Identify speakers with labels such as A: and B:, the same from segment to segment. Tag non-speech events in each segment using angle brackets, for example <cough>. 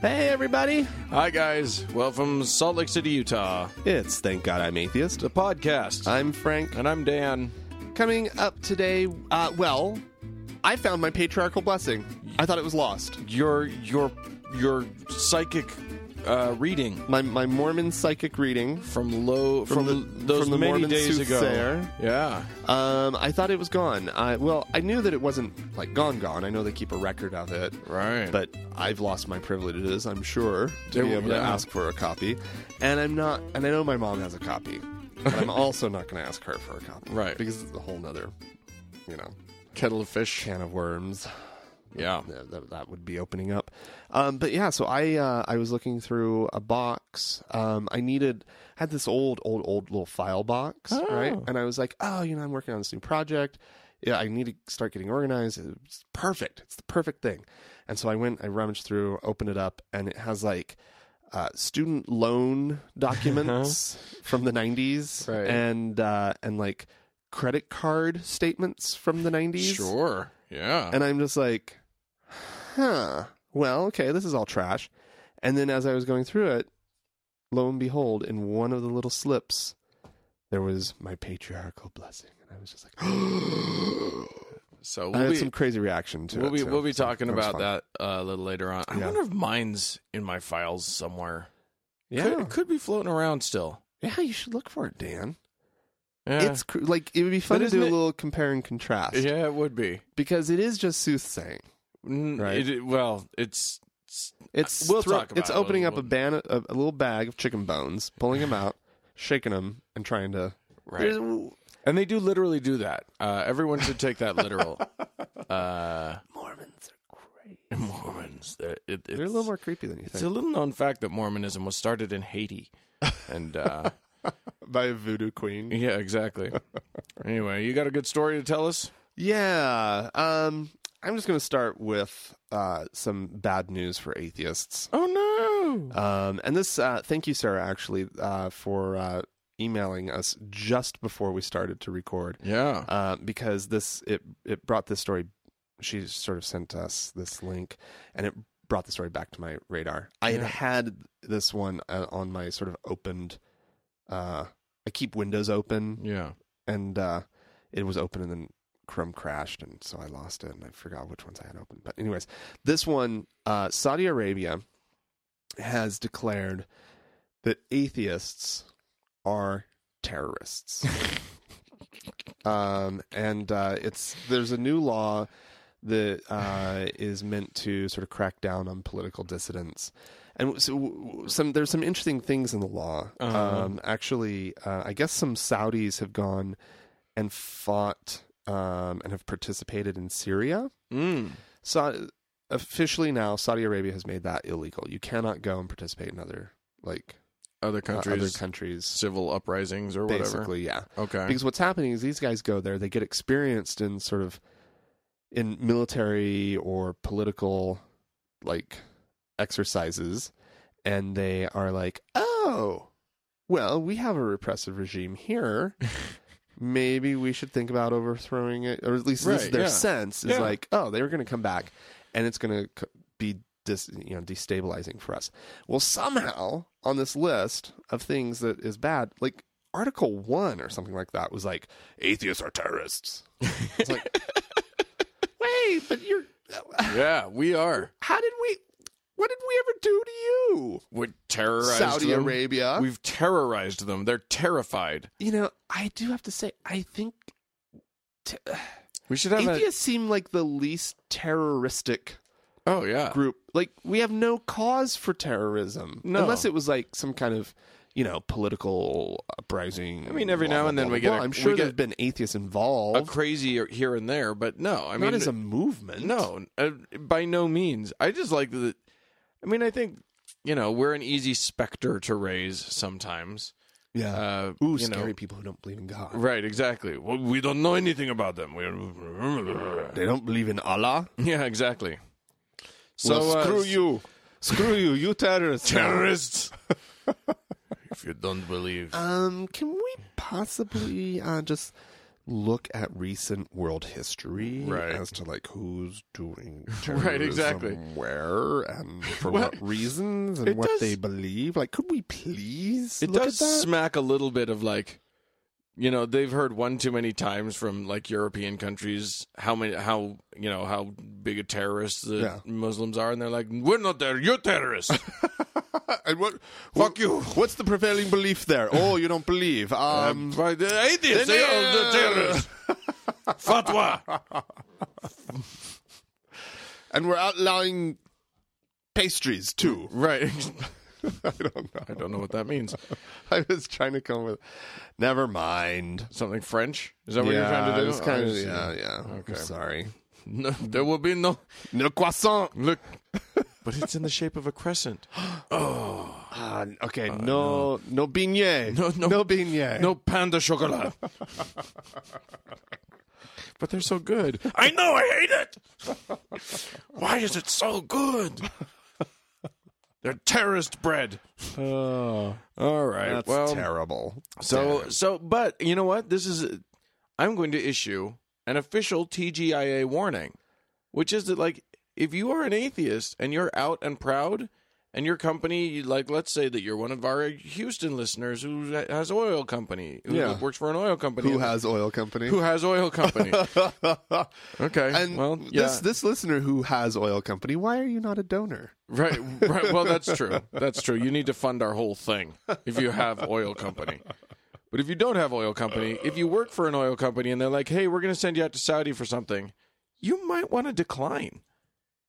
A: Hey, everybody.
B: Hi, guys. Well, from Salt Lake City, Utah,
A: It's Thank God I'm Atheist.
B: the podcast.
A: I'm Frank.
B: and I'm Dan.
A: Coming up today, uh, well, I found my patriarchal blessing. I thought it was lost.
B: Your your your psychic uh, reading
A: My, my Mormon psychic reading,
B: from low from,
A: the-
B: those
A: from the
B: many
A: Mormon
B: days ago.
A: soothsayer.
B: Yeah,
A: um, I thought it was gone. I, well, I knew that it wasn't, like, gone, gone. I know they keep a record of it.
B: right.
A: But I've lost my privileges, I'm sure, to
B: There
A: be
B: we-
A: able to
B: yeah.
A: ask for a copy. And I'm not, and I know my mom has a copy. But I'm also not going to ask her for a <laughs> copy.
B: Right.
A: Because it's a whole nother, you know,
B: kettle of fish.
A: can of worms.
B: Yeah.
A: that, that, that would be opening up. Um, but yeah, so I uh, I was looking through a box. Um, I needed had this old old old little file box, right? And I was like, oh, you know, I'm working on this new project. Yeah, I need to start getting organized. It's perfect. It's the perfect thing. And so I went, I rummaged through, opened it up, and it has like uh, student
B: <laughs>
A: loan documents from the 90s
B: Right.
A: and uh, and like credit card statements from the 90s.
B: Sure. Yeah.
A: And I'm just like, huh, well, okay, this is all trash. And then as I was going through it, lo and behold, in one of the little slips, there was my patriarchal blessing. And I was just like, <gasps>
B: so
A: I
B: we'll
A: had
B: be,
A: some crazy reaction to
B: we'll
A: it.
B: be
A: too.
B: we'll be talking
A: that was
B: about
A: fun.
B: that uh, a little later on. I
A: Yeah.
B: wonder if mine's in my files somewhere.
A: Yeah.
B: Could, it could be floating around still.
A: yeah, you should look for it, Dan.
B: Yeah.
A: It's cr- like, it would be fun
B: But
A: to do a
B: isn't it-
A: little compare and contrast
B: yeah, it would be.
A: because it is just soothsaying.
B: Mm,
A: Right.
B: it- it- well, it's, it's
A: It's
B: We'll talk about
A: It's
B: it.
A: opening up a,
B: We'll-
A: ban- a, a little bag of chicken bones, pulling them out, shaking them, and trying to.
B: right. And they do literally do that. Uh, everyone should take that <laughs> literal. uh,
A: Mormons are crazy.
B: Mormons, they're, it, it's,
A: They're a little more creepy than you
B: It's a
A: think.
B: little known fact that Mormonism was started in Haiti, and uh,
A: By a voodoo queen.
B: <laughs> yeah, exactly. Anyway, you got a good story to tell us?
A: Yeah. Um, I'm just going to start with uh, some bad news for atheists.
B: Oh
A: Um, and this, uh, thank you, Sarah, actually, uh, for uh, emailing us just before we started to record,
B: Yeah,
A: uh, because this it it brought this story. She sort of sent us this link, and it brought the story back to my radar. I had
B: Yeah.
A: had this one uh, on my sort of opened. Uh, I keep windows open
B: yeah.
A: and uh, it was open and then Chrome crashed, and so I lost it, and I forgot which ones I had open. But anyways, this one, uh, Saudi Arabia has declared that atheists are terrorists, um, and uh, it's there's a new law that uh, is meant to sort of crack down on political dissidents. And so, w- w- some there's some interesting things in the law.
B: Uh-huh.
A: Um, actually, uh, I guess some Saudis have gone and fought um, and have participated in Syria.
B: Mm.
A: So, officially now, Saudi Arabia has made that illegal. You cannot go and participate in other like
B: Other
A: uh,
B: countries,
A: other countries.
B: civil uprisings or whatever.
A: Basically, yeah.
B: Okay.
A: Because what's happening is these guys go there, they get experienced in sort of in military or political like exercises, and they are like, oh, well, we have a repressive regime
B: <laughs>
A: here. Maybe we should think about overthrowing it, or at least this is
B: Right,
A: their
B: yeah.
A: sense is
B: Yeah.
A: like, oh, they're going to come back, and it's going to be dis, you know destabilizing for us. Well, somehow on this list of things that is bad, like Article One or something like that, was like atheists are terrorists. It's
B: <laughs>
A: like, wait, but you're.
B: <laughs> yeah, we are.
A: How did we? What did we ever do to you,
B: We're terrorized.
A: Saudi
B: them.
A: Arabia?
B: We've terrorized them. They're terrified.
A: you know, I do have to say, I think
B: We should have a.
A: atheists seem like the least terroristic
B: Oh yeah.
A: group. Like we have no cause for terrorism,
B: No.
A: unless it was like some kind of you know political uprising.
B: I mean, every
A: blah,
B: now
A: blah,
B: and then
A: blah,
B: we
A: blah,
B: get a-
A: blah. I'm sure
B: we get-
A: there've been atheists
B: A
A: involved.
B: crazy here and there, but no. I mean,
A: not as a movement.
B: No, uh, by no means. I just like that. I mean, I think you know we're an easy specter to raise sometimes.
A: Yeah.
B: Uh,
A: Ooh,
B: you
A: scary
B: know,
A: people who don't believe in God.
B: right? Exactly. Well, we don't know anything about them. We
A: They don't believe in Allah.
B: <laughs> yeah, exactly. So
A: So
B: uh,
A: screw you, <laughs> screw you, you terrorists.
B: <laughs> terrorists. if you don't believe,
A: Um, can we possibly uh, just look at recent world history
B: Right.
A: as to like who's <laughs> doing
B: Right, exactly.
A: terrorism where and for
B: Well,
A: what reasons and
B: it
A: what
B: does-
A: they believe. Like, could we please
B: It
A: look
B: does
A: at that?
B: smack a little bit of like, you know, they've heard one too many times from like European countries how many how you know how big a terrorist the
A: Yeah.
B: Muslims are, and they're like, we're not there, you're terrorists.
A: <laughs> and what? Fuck you. What's the prevailing belief <laughs> there? Oh, you don't believe. Um,
B: Right, the atheists, they are the terrorists. <laughs> Fatwa.
A: and we're outlawing pastries too.
B: Right.
A: <laughs> I don't know.
B: I don't know what that means.
A: <laughs> I was trying to come with. Never mind.
B: Something French? Is that what you're trying to do?
A: It's kind
B: I
A: of,
B: see.
A: yeah, yeah. Oh, Okay. sorry.
B: <laughs> No, there will be no
A: No croissant. <laughs>
B: look. But it's in the shape of a crescent.
A: Ah, okay, no, no, beignet.
B: <laughs> No, no-
A: beignet.
B: No pan de chocolat. <laughs> but they're so good. I know, I hate it. Why is it so good? They're terrorist bread.
A: Oh,
B: All right.
A: that's
B: well,
A: terrible.
B: so so, but you know what? This is. I'm going to issue an official TGIA warning, which is that like if you are an atheist and you're out and proud. And your company, like, let's say that you're one of our Houston listeners who has an oil company, who
A: Yeah.
B: works for an oil company,
A: who
B: and-
A: has oil company?
B: who has
A: <laughs>
B: oil company. okay.
A: and
B: well, yeah.
A: this this listener who has oil company, why are you not a donor?
B: right, right. Well, that's true. That's true. You need to fund our whole thing if you have oil company. But if you don't have oil company, if you work for an oil company and they're like, "Hey, we're going to send you out to Saudi for something," you might want to decline.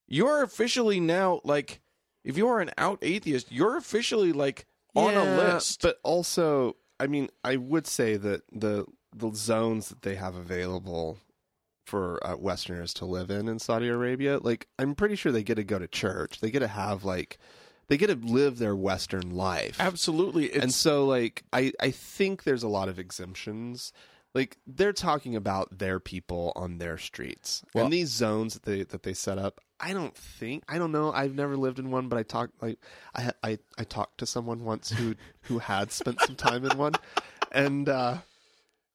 B: You're officially now like if you are an out atheist, you're officially like on a
A: Yeah,
B: list.
A: But also, I mean, I would say that the the zones that they have available for uh, Westerners to live in in Saudi Arabia, like I'm pretty sure they get to go to church. They get to have like they get to live their Western life.
B: Absolutely. It's
A: And so, like, I I think there's a lot of exemptions. Like they're talking about their people on their streets
B: Well-
A: and these zones that they that they set up. I don't think I don't know. I've never lived in one, but I talked like I I I talked to someone once who <laughs> who had spent some time in one, and uh,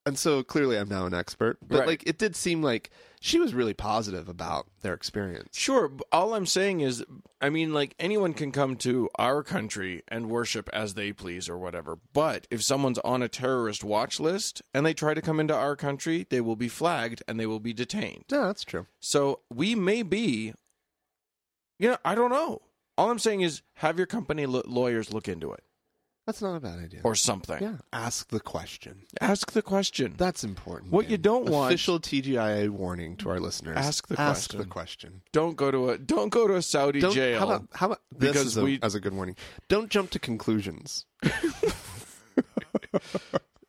A: and so clearly I'm now an expert. But
B: Right.
A: like it did seem like she was really positive about their experience.
B: Sure. b- All I'm saying is, I mean, like anyone can come to our country and worship as they please or whatever. But if someone's on a terrorist watch list and they try to come into our country, they will be flagged and they will be detained.
A: Yeah, that's true.
B: So we may be, you know, I don't know. All I'm saying is have your company lo- lawyers look into it
A: That's not a bad idea.
B: or something.
A: yeah, ask the question.
B: Ask the question.
A: That's important.
B: What you don't want-
A: Official TGIA warning to our listeners.
B: Ask the
A: ask
B: question.
A: the question.
B: Don't go to a don't go to a Saudi
A: Don't,
B: jail.
A: How about, how about this
B: Because
A: is a,
B: we-
A: as a good warning? Don't jump to conclusions.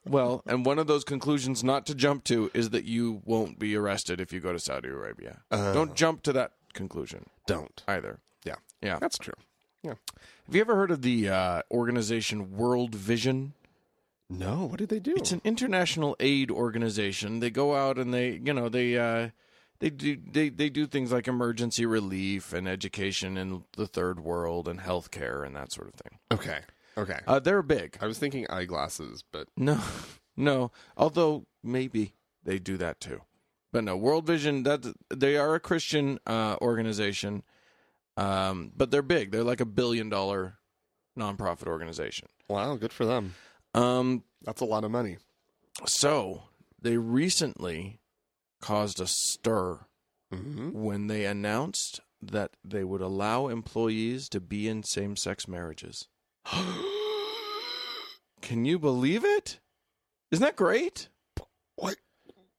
B: Well, and one of those conclusions not to jump to is that you won't be arrested if you go to Saudi Arabia. Don't jump to that conclusion
A: Don't.
B: either.
A: Yeah,
B: Yeah.
A: that's true. Yeah.
B: Have you ever heard of the uh, organization World Vision?
A: No, what did they do?
B: It's an international aid organization. They go out and they, you know, they uh, they do they, they do things like emergency relief and education in the third world and healthcare and that sort of thing.
A: okay. Okay.
B: Uh, they're big.
A: I was thinking eyeglasses, but
B: No, <laughs> no. Although maybe they do that too, but no. World Vision that they are a Christian uh, organization, um, but they're big. They're like a billion dollar nonprofit organization.
A: wow, good for them.
B: Um,
A: That's a lot of money.
B: so they recently caused a stir
A: Mm-hmm.
B: when they announced that they would allow employees to be in same sex marriages. Can you believe it? Isn't that great?
A: <gasps> What?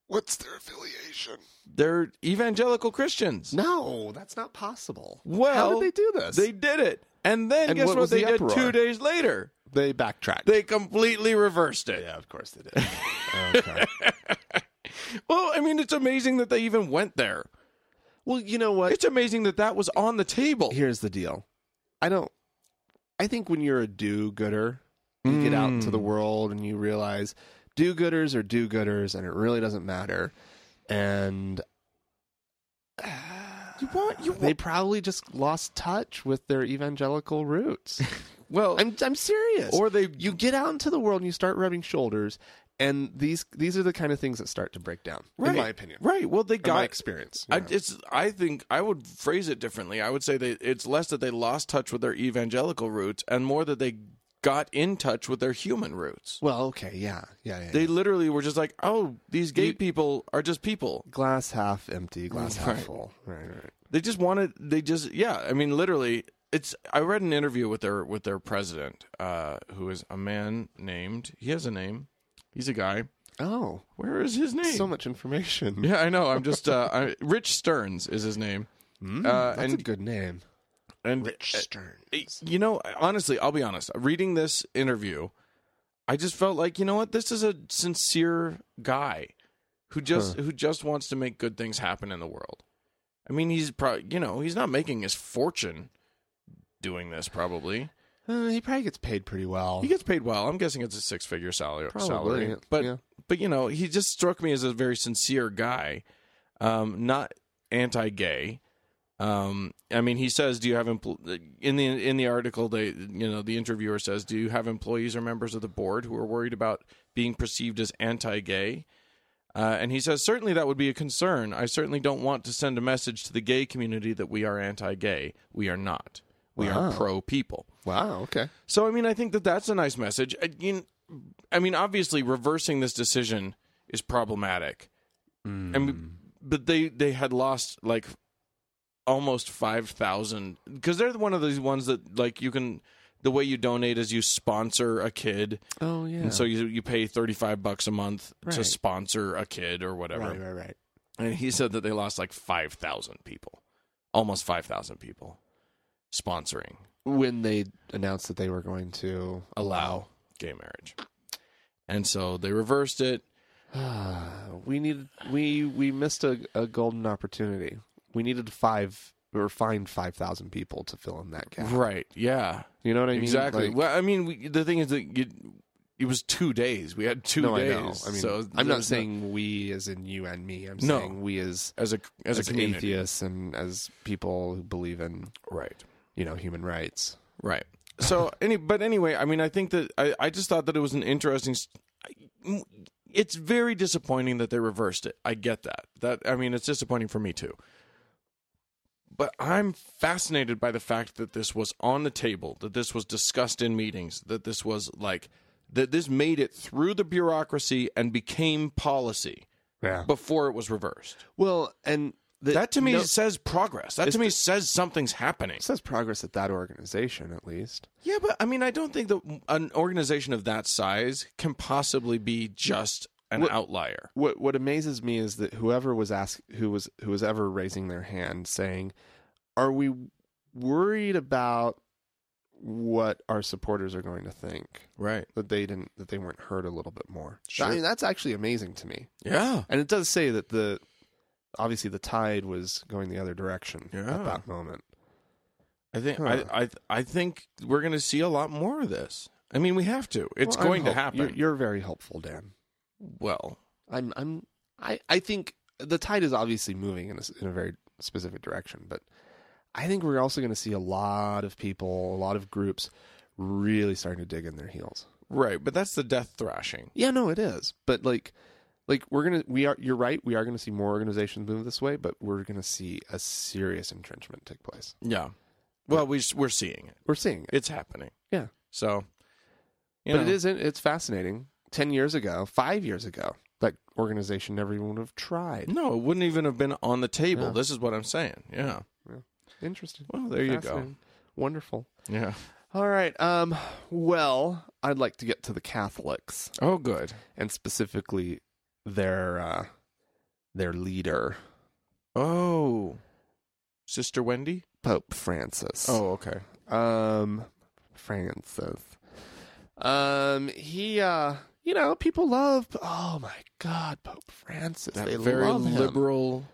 A: What's their affiliation?
B: They're evangelical Christians.
A: No, that's not possible.
B: Well,
A: how did they do this?
B: They did it. And then
A: And
B: guess
A: what
B: what,
A: was
B: they
A: the
B: did
A: uproar?
B: two days later?
A: they backtracked.
B: They completely reversed it.
A: yeah, of course they
B: <laughs>
A: did. okay.
B: Well, I mean, it's amazing that they even went there.
A: Well, you know what?
B: It's amazing that that was on the table.
A: Here's the deal. I don't. I think when you're a do-gooder, you get out into
B: Mm.
A: the world and you realize do-gooders are do-gooders, and it really doesn't matter.
B: <sighs>
A: And
B: You want you
A: they
B: want,
A: probably just lost touch with their evangelical roots.
B: <laughs> well,
A: I'm I'm serious.
B: or they
A: you get out into the world and you start rubbing shoulders, and these these are the kind of things that start to break down, in my opinion,
B: Right. Well, they
A: in my
B: got
A: experience.
B: I,
A: Yeah.
B: it's. I think I would phrase it differently. I would say that it's less that they lost touch with their evangelical roots, and more that they got in touch with their human roots.
A: well, okay, yeah, yeah, yeah.
B: They literally were just like, "Oh, these gay people are just people."
A: glass half empty, glass half
B: Right.
A: full. Mm, Right, right.
B: They just wanted. They just. Yeah. I mean, literally. It's. I read an interview with their with their president, uh, who is a man named. He has a name. He's a guy.
A: Oh,
B: Where is his name?
A: so much information.
B: yeah, I know. I'm just. Uh, I, Rich Stearns is his name.
A: Mm,
B: Uh,
A: that's a
B: and-
A: good name.
B: And
A: Stern.
B: You know, honestly, I'll be honest. Reading this interview, I just felt like, you know what, this is a sincere guy who just who just wants to make good things happen in the world. I mean, he's probably, you know, he's not making his fortune doing this. Probably,
A: Uh, he probably gets paid pretty well.
B: he gets paid well. I'm guessing it's a six figure salary.
A: Probably,
B: salary,
A: yeah.
B: but
A: Yeah.
B: but you know, he just struck me as a very sincere guy, um, not anti gay. Um, I mean, he says, "Do you have empl- in the in the article?" They you know the interviewer says, "Do you have employees or members of the board who are worried about being perceived as anti gay?" Uh, and he says, certainly that would be a concern. I certainly don't want to send a message to the gay community that we are anti gay. We are not. We are
A: Wow.
B: pro people.
A: Wow. Okay.
B: So I mean, I think that that's a nice message. I, you, I mean, obviously, reversing this decision is problematic,
A: Hmm.
B: and but they they had lost like almost five thousand because they're one of these ones that like you can the way you donate is you sponsor a kid,
A: Oh yeah.
B: and so you you pay thirty five bucks a month to
A: Right.
B: sponsor a kid or whatever.
A: right, right, right.
B: And he said that they lost like five thousand people, almost five thousand people sponsoring
A: When they announced that they were going to allow,
B: gay marriage. And so they reversed it.
A: uh, we needed we we missed a, a golden opportunity. We needed five or find five thousand people to fill in that gap.
B: Right. Yeah.
A: You know what I mean?
B: exactly.
A: Like-
B: well, I mean, we, the thing is that you, it was two days. We had two
A: no,
B: days.
A: I know. I mean,
B: so
A: I'm
B: there's
A: not saying we as in you and me. I'm
B: No.
A: saying we as
B: as a as, a community.
A: atheists and as people who believe in
B: Right.
A: you know human rights.
B: Right. So any, but anyway, I mean, I think that I, I just thought that it was an interesting. s- I- It's very disappointing that they reversed it. I get that. That I mean, it's disappointing for me too. But I'm fascinated by the fact that this was on the table, that this was discussed in meetings, that this was like that this made it through the bureaucracy and became policy
A: Yeah.
B: before it was reversed.
A: Well, and the,
B: That to me
A: no-
B: says progress. That to me says something's happening.
A: it says progress at that organization at least.
B: Yeah, but I mean, I don't think that an organization of that size can possibly be just an outlier.
A: What what amazes me is that whoever was ask who was who was ever raising their hand saying, "Are we worried about what our supporters are going to think?"
B: Right.
A: That they didn't that they weren't heard a little bit more.
B: Sure.
A: I mean, that's actually amazing to me.
B: Yeah.
A: And it does say that the obviously the tide was going the other direction
B: Yeah.
A: at that moment.
B: I think
A: Huh.
B: I, I I think we're going to see a lot more of this. I mean, we have to. It's
A: Well, I'm
B: going to
A: hope-
B: happen.
A: You're, you're very helpful, Dan.
B: well,
A: I'm I'm I I think the tide is obviously moving in a, s- in a very specific direction, but I think we're also going to see a lot of people, a lot of groups really starting to dig in their heels.
B: right, but that's the death thrashing.
A: Yeah, no, it is. But like like we're going to we are you're right, we are going to see more organizations move this way, but we're going to see a serious entrenchment take place.
B: Yeah. Well, we s- we're seeing it.
A: We're seeing it.
B: It's happening.
A: Yeah.
B: So, you
A: but
B: know,
A: it is it's fascinating. 10 years ago, 5 years ago, that organization never even would have tried.
B: No, it wouldn't even have been on the table.
A: Yeah.
B: This is what I'm saying. Yeah.
A: Interesting.
B: Well, there you go.
A: Fascinating. Wonderful.
B: Yeah.
A: All right. Um, well, I'd like to get to the Catholics
B: Oh, good.
A: and specifically their uh, their leader,
B: Oh, Sister Wendy.
A: Pope Francis.
B: Oh, okay.
A: um, Francis. Um, he, uh, you know, people love. Oh my God, Pope Francis.
B: That
A: they
B: very
A: love him.
B: liberal.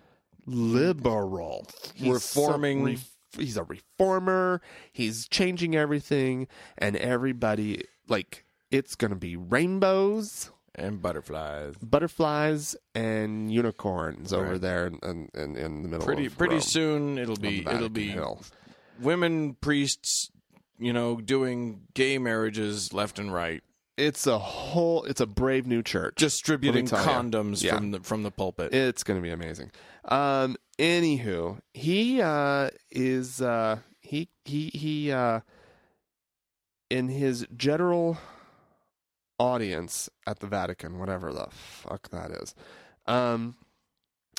A: liberal, He's
B: Reforming-
A: so ref- he's a reformer. He's changing everything, and everybody like it's gonna be rainbows.
B: and butterflies.
A: butterflies and unicorns over
B: Right.
A: there in, in, in, in the middle
B: Pretty
A: of
B: pretty
A: Rome,
B: soon it'll
A: on the
B: be it'll
A: Vatican
B: be
A: Hill.
B: women priests, you know, doing gay marriages left and right.
A: it's a whole it's a brave new church.
B: distributing
A: Let me tell you.
B: condoms
A: Yeah.
B: from the from the pulpit.
A: It's going to be amazing. Um, anywho, he uh, is uh, he he he uh, in his general audience at the Vatican, whatever the fuck that is. Um,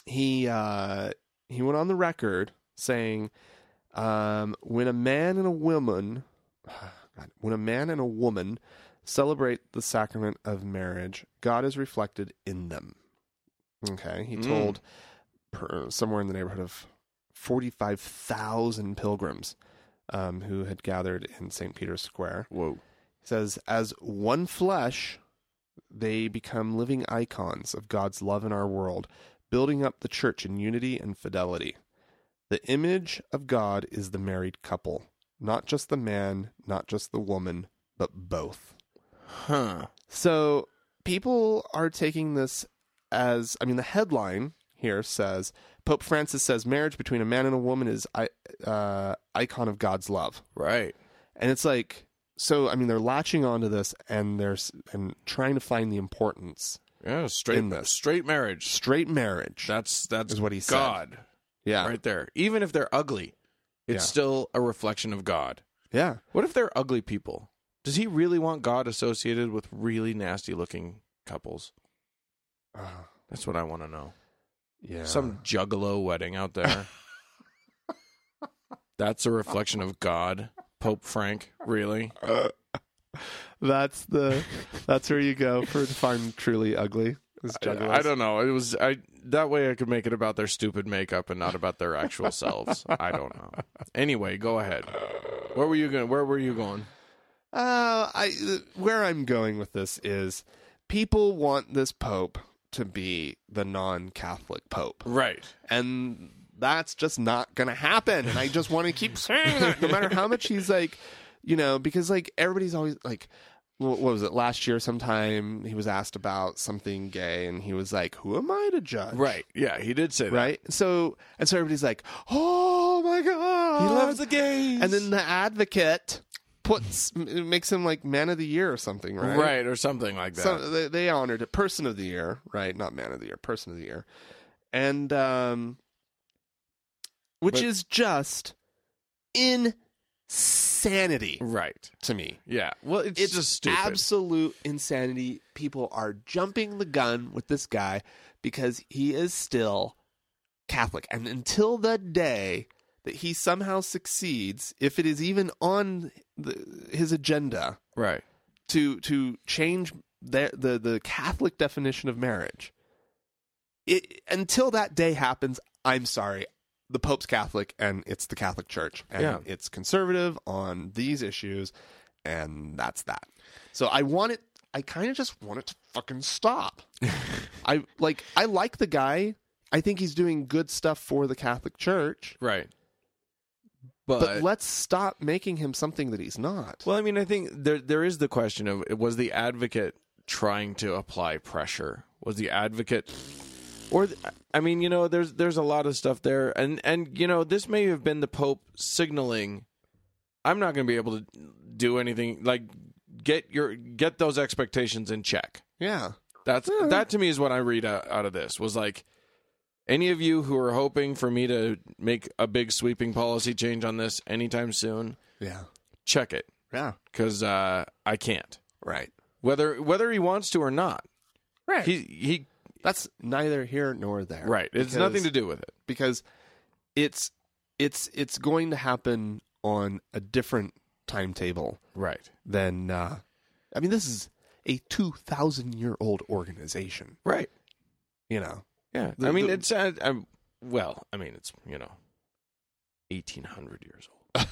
A: he uh, he went on the record saying, um, "When a man and a woman, <sighs> God, when a man and a woman." Celebrate the sacrament of marriage. God is reflected in them. Okay, he
B: Mm.
A: told per, somewhere in the neighborhood of forty-five thousand pilgrims um, who had gathered in St. Peter's Square.
B: Whoa.
A: He says, "As one flesh, they become living icons of God's love in our world, building up the church in unity and fidelity. The image of God is the married couple, not just the man, not just the woman, but both."
B: Huh.
A: So people are taking this as I mean, the headline here says Pope Francis says marriage between a man and a woman is i- uh, icon of God's love,
B: Right.
A: and it's like so. I mean, they're latching onto this and they're s- and trying to find the importance.
B: Yeah, straight
A: In this.
B: straight marriage.
A: Straight marriage,
B: That's that's
A: Is what he said.
B: God
A: yeah,
B: right there. Even if they're ugly, it's
A: Yeah.
B: still a reflection of God.
A: yeah.
B: What if they're ugly people? Does he really want God associated with really nasty looking couples?
A: Ah,
B: That's what I want to know.
A: yeah.
B: Some juggalo wedding out <laughs> there. That's a reflection of God. Pope Frank, really?
A: that's the that's where you go for to find truly ugly. Is
B: I,
A: juggalos.
B: I don't know. It was I that way I could make it about their stupid makeup and not about their <laughs> actual selves. I don't know. Anyway, go ahead. Where were you going? Where were you going?
A: Uh, I where I'm going with this is people want this pope to be the non-Catholic pope,
B: Right.
A: and that's just not going to happen. And I just want to keep saying that, no matter how much he's like, you know, because like everybody's always like. wh- What was it last year? Sometime he was asked about something gay, and he was like, "Who am I to judge?"
B: Right. Yeah, he did say that.
A: right. So, and so everybody's like, "Oh my god,
B: He loves the gays.
A: and then the advocate puts m- makes him like man of the year or something, right?
B: right. or something like that.
A: So they, they honored it, person of the year, right? Not man of the year, person of the year, and um, which
B: But-
A: is just insanity
B: right.
A: to me.
B: Yeah. Well, it's,
A: It's
B: just stupid.
A: absolute insanity. People are jumping the gun with this guy because he is still Catholic. And until the day that he somehow succeeds, if it is even on the, his agenda
B: right.
A: to to change the, the the Catholic definition of marriage, it, until that day happens, I'm sorry. The Pope's Catholic and it's the Catholic Church and
B: Yeah.
A: it's conservative on these issues and that's that. So I want it I kind of just want it to fucking <laughs> stop. I like I like the guy. I think he's doing good stuff for the Catholic Church,
B: Right.
A: but let's stop making him something that he's not.
B: Well, I mean, I think there there is the question of was the advocate trying to apply pressure? Was the advocate or th- I mean, you know, there's there's a lot of stuff there and and you know, this may have been the pope signaling I'm not going to be able to do anything like get your get those expectations in check.
A: yeah.
B: That's
A: Yeah.
B: that to me is what I read out, out of this was like any of you who are hoping for me to make a big sweeping policy change on this anytime soon,
A: Yeah.
B: check it
A: Yeah.
B: because uh, I can't.
A: Right.
B: Whether whether he wants to or not,
A: Right.
B: he he
A: That's neither here nor there.
B: right. It's
A: Because-
B: nothing to do with it.
A: because it's it's it's going to happen on a different timetable
B: Right,
A: than uh I mean this is a 2000 year old organization,
B: right.
A: you know.
B: Yeah,
A: The-
B: I mean
A: the-
B: it's uh, I'm, well, I mean it's you know, eighteen hundred years
A: <laughs>
B: old.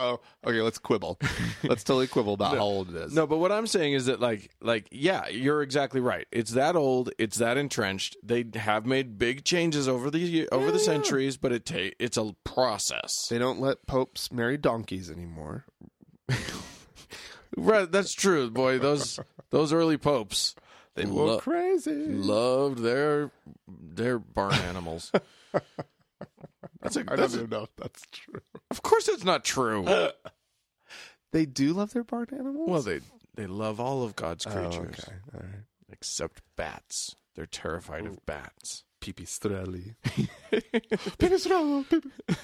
A: Oh, okay, let's <laughs> quibble. let's totally quibble about how old it is.
B: No, but what I'm saying is that like like yeah, you're exactly right. It's that old. It's that entrenched. They have made big changes over the ye- over the
A: yeah.
B: centuries, but it ta- it's a process.
A: They don't let popes marry donkeys anymore.
B: Right, that's true, boy. Those those early popes they
A: Well, crazy.
B: loved their their barn <laughs> animals. that's a,
A: I don't
B: that's a-
A: even know if that's true.
B: <laughs> of course that's not true.
A: They do love their barn animals? Oh,
B: well, they They love all of God's creatures
A: okay. All right.
B: except bats. They're terrified of bats.
A: <laughs> Pipistrelli.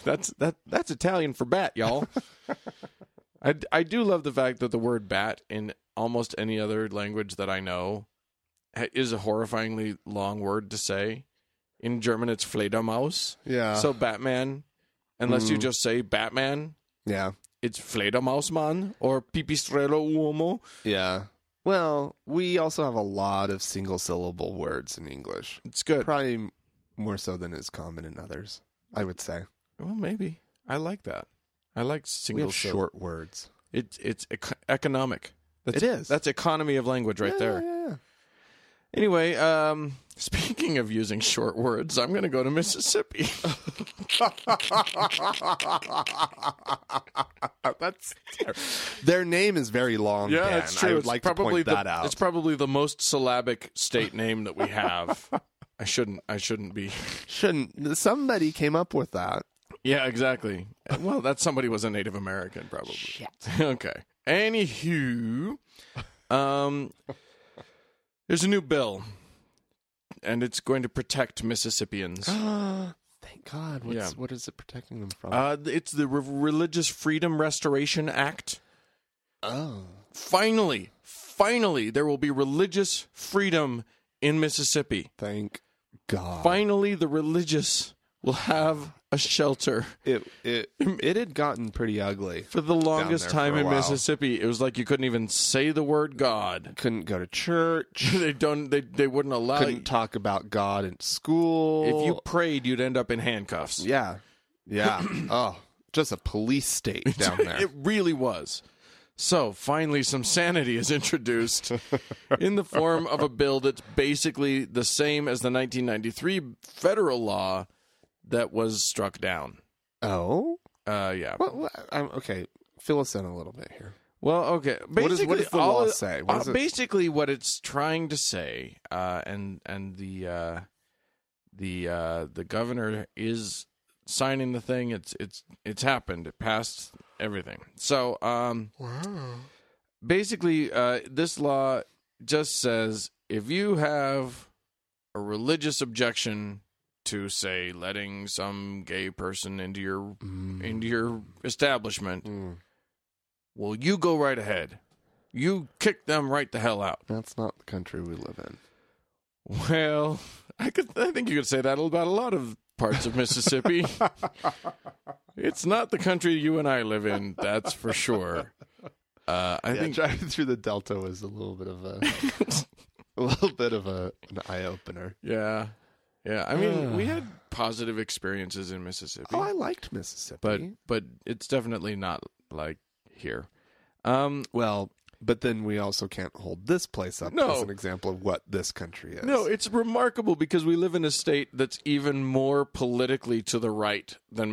B: That's that that's Italian for bat, <laughs> y'all. I I do love the fact that the word bat in almost any other language that I know ha- is a horrifyingly long word to say. In German, it's Fledermaus.
A: Yeah.
B: so Batman, unless you
A: Mm.
B: just say Batman,
A: yeah.
B: it's Fledermausmann or Pipistrello Uomo.
A: Yeah. Well, we also have a lot of single syllable words in English.
B: It's good.
A: Probably m- more so than is common in others, I would say.
B: Well, maybe I like that. I like
A: We
B: single
A: have
B: syllable.
A: short words.
B: It's it's eco- economic. That's,
A: It is.
B: That's economy of language right
A: Yeah,
B: there.
A: yeah, yeah.
B: Anyway, um, speaking of using short words, I'm going to go
A: <laughs>
B: to Mississippi.
A: Uh, That's <laughs> ter- their name is very long.
B: <laughs>
A: Dan. I would
B: It's
A: like to
B: probably
A: point
B: the,
A: that out.
B: It's probably the most syllabic state name that
A: <laughs>
B: we have. I shouldn't. I shouldn't be. <laughs>
A: Shouldn't somebody came up with that?
B: Yeah, exactly. Well, that somebody was a Native American, probably. <laughs> okay. Anywho, um, there's a new bill, and it's going to protect
A: <gasps> <gasps>
B: Mississippians.
A: Thank God. What's, What is it protecting them from?
B: Uh, it's the Re- Religious Freedom Restoration Act.
A: oh,
B: Finally, finally, there will be religious freedom in Mississippi.
A: thank God.
B: Finally, the religious will have a shelter.
A: It <laughs> it it had gotten pretty ugly.
B: For the longest
A: there for
B: time
A: a
B: in
A: while.
B: Mississippi, it was like you couldn't even say the word God. <laughs>
A: Couldn't go to church.
B: They don't. They they wouldn't allow.
A: Couldn't talk about God in school.
B: if you prayed, you'd end up in handcuffs.
A: yeah, yeah. <clears throat> oh, just a police <laughs> state down there.
B: It really was. So finally, some sanity is <laughs> introduced in the form of a bill that's basically the same as the 1993 federal law that was struck down.
A: oh,
B: Uh, yeah.
A: what, what? I'm, okay. Fill us in a little bit here.
B: Well, okay. Basically,
A: What is- what does the
B: all
A: law
B: it-
A: say? What
B: uh,
A: is it-
B: Basically, what it's trying to say, uh, and and the uh, the uh, the governor is signing the thing. It's it's it's happened. It passed everything. So, um,
A: Wow.
B: basically, uh, this law just says if you have a religious objection to, say, letting some gay person into your
A: Mm,
B: into your establishment, well, you go right ahead. You kick them right the hell out.
A: That's not the country we live <laughs> in.
B: Well, I could. I think you could say that about a lot of parts of
A: <laughs>
B: Mississippi. it's not the country you and I live in. That's for sure. Uh, I
A: Yeah,
B: think
A: driving through the Delta was a little bit <laughs> of a a little bit of a an eye opener.
B: Yeah. Yeah. I mean, we had positive experiences in Mississippi,
A: Oh, I liked Mississippi.
B: but but it's definitely not like here. Um
A: well, but then we also can't hold this place up
B: No.
A: as an example of what this country is.
B: no, it's remarkable because we live in a state that's even more politically to the right than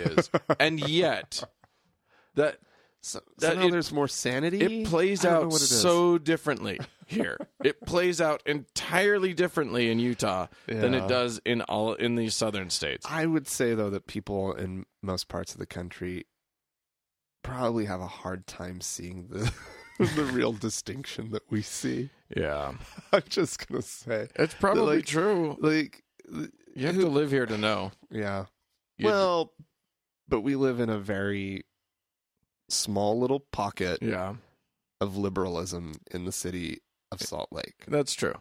A: <laughs>
B: is. and yet that
A: so,
B: that
A: now
B: it-
A: there's more sanity.
B: it plays
A: I don't know
B: out
A: what it is.
B: so differently
A: <laughs>
B: here. it plays out entirely differently in Utah than
A: Yeah.
B: it does in all in these southern states.
A: I would say though that people in most parts of the country probably have a hard time seeing the <laughs> the real distinction that we see. <laughs>
B: Yeah.
A: I'm just gonna say,
B: It's probably
A: Like-
B: true.
A: like,
B: You have to live here to know.
A: yeah.
B: You-
A: well, but we live in a very small little pocket
B: yeah,
A: of liberalism in the city of Salt Lake.
B: that's true.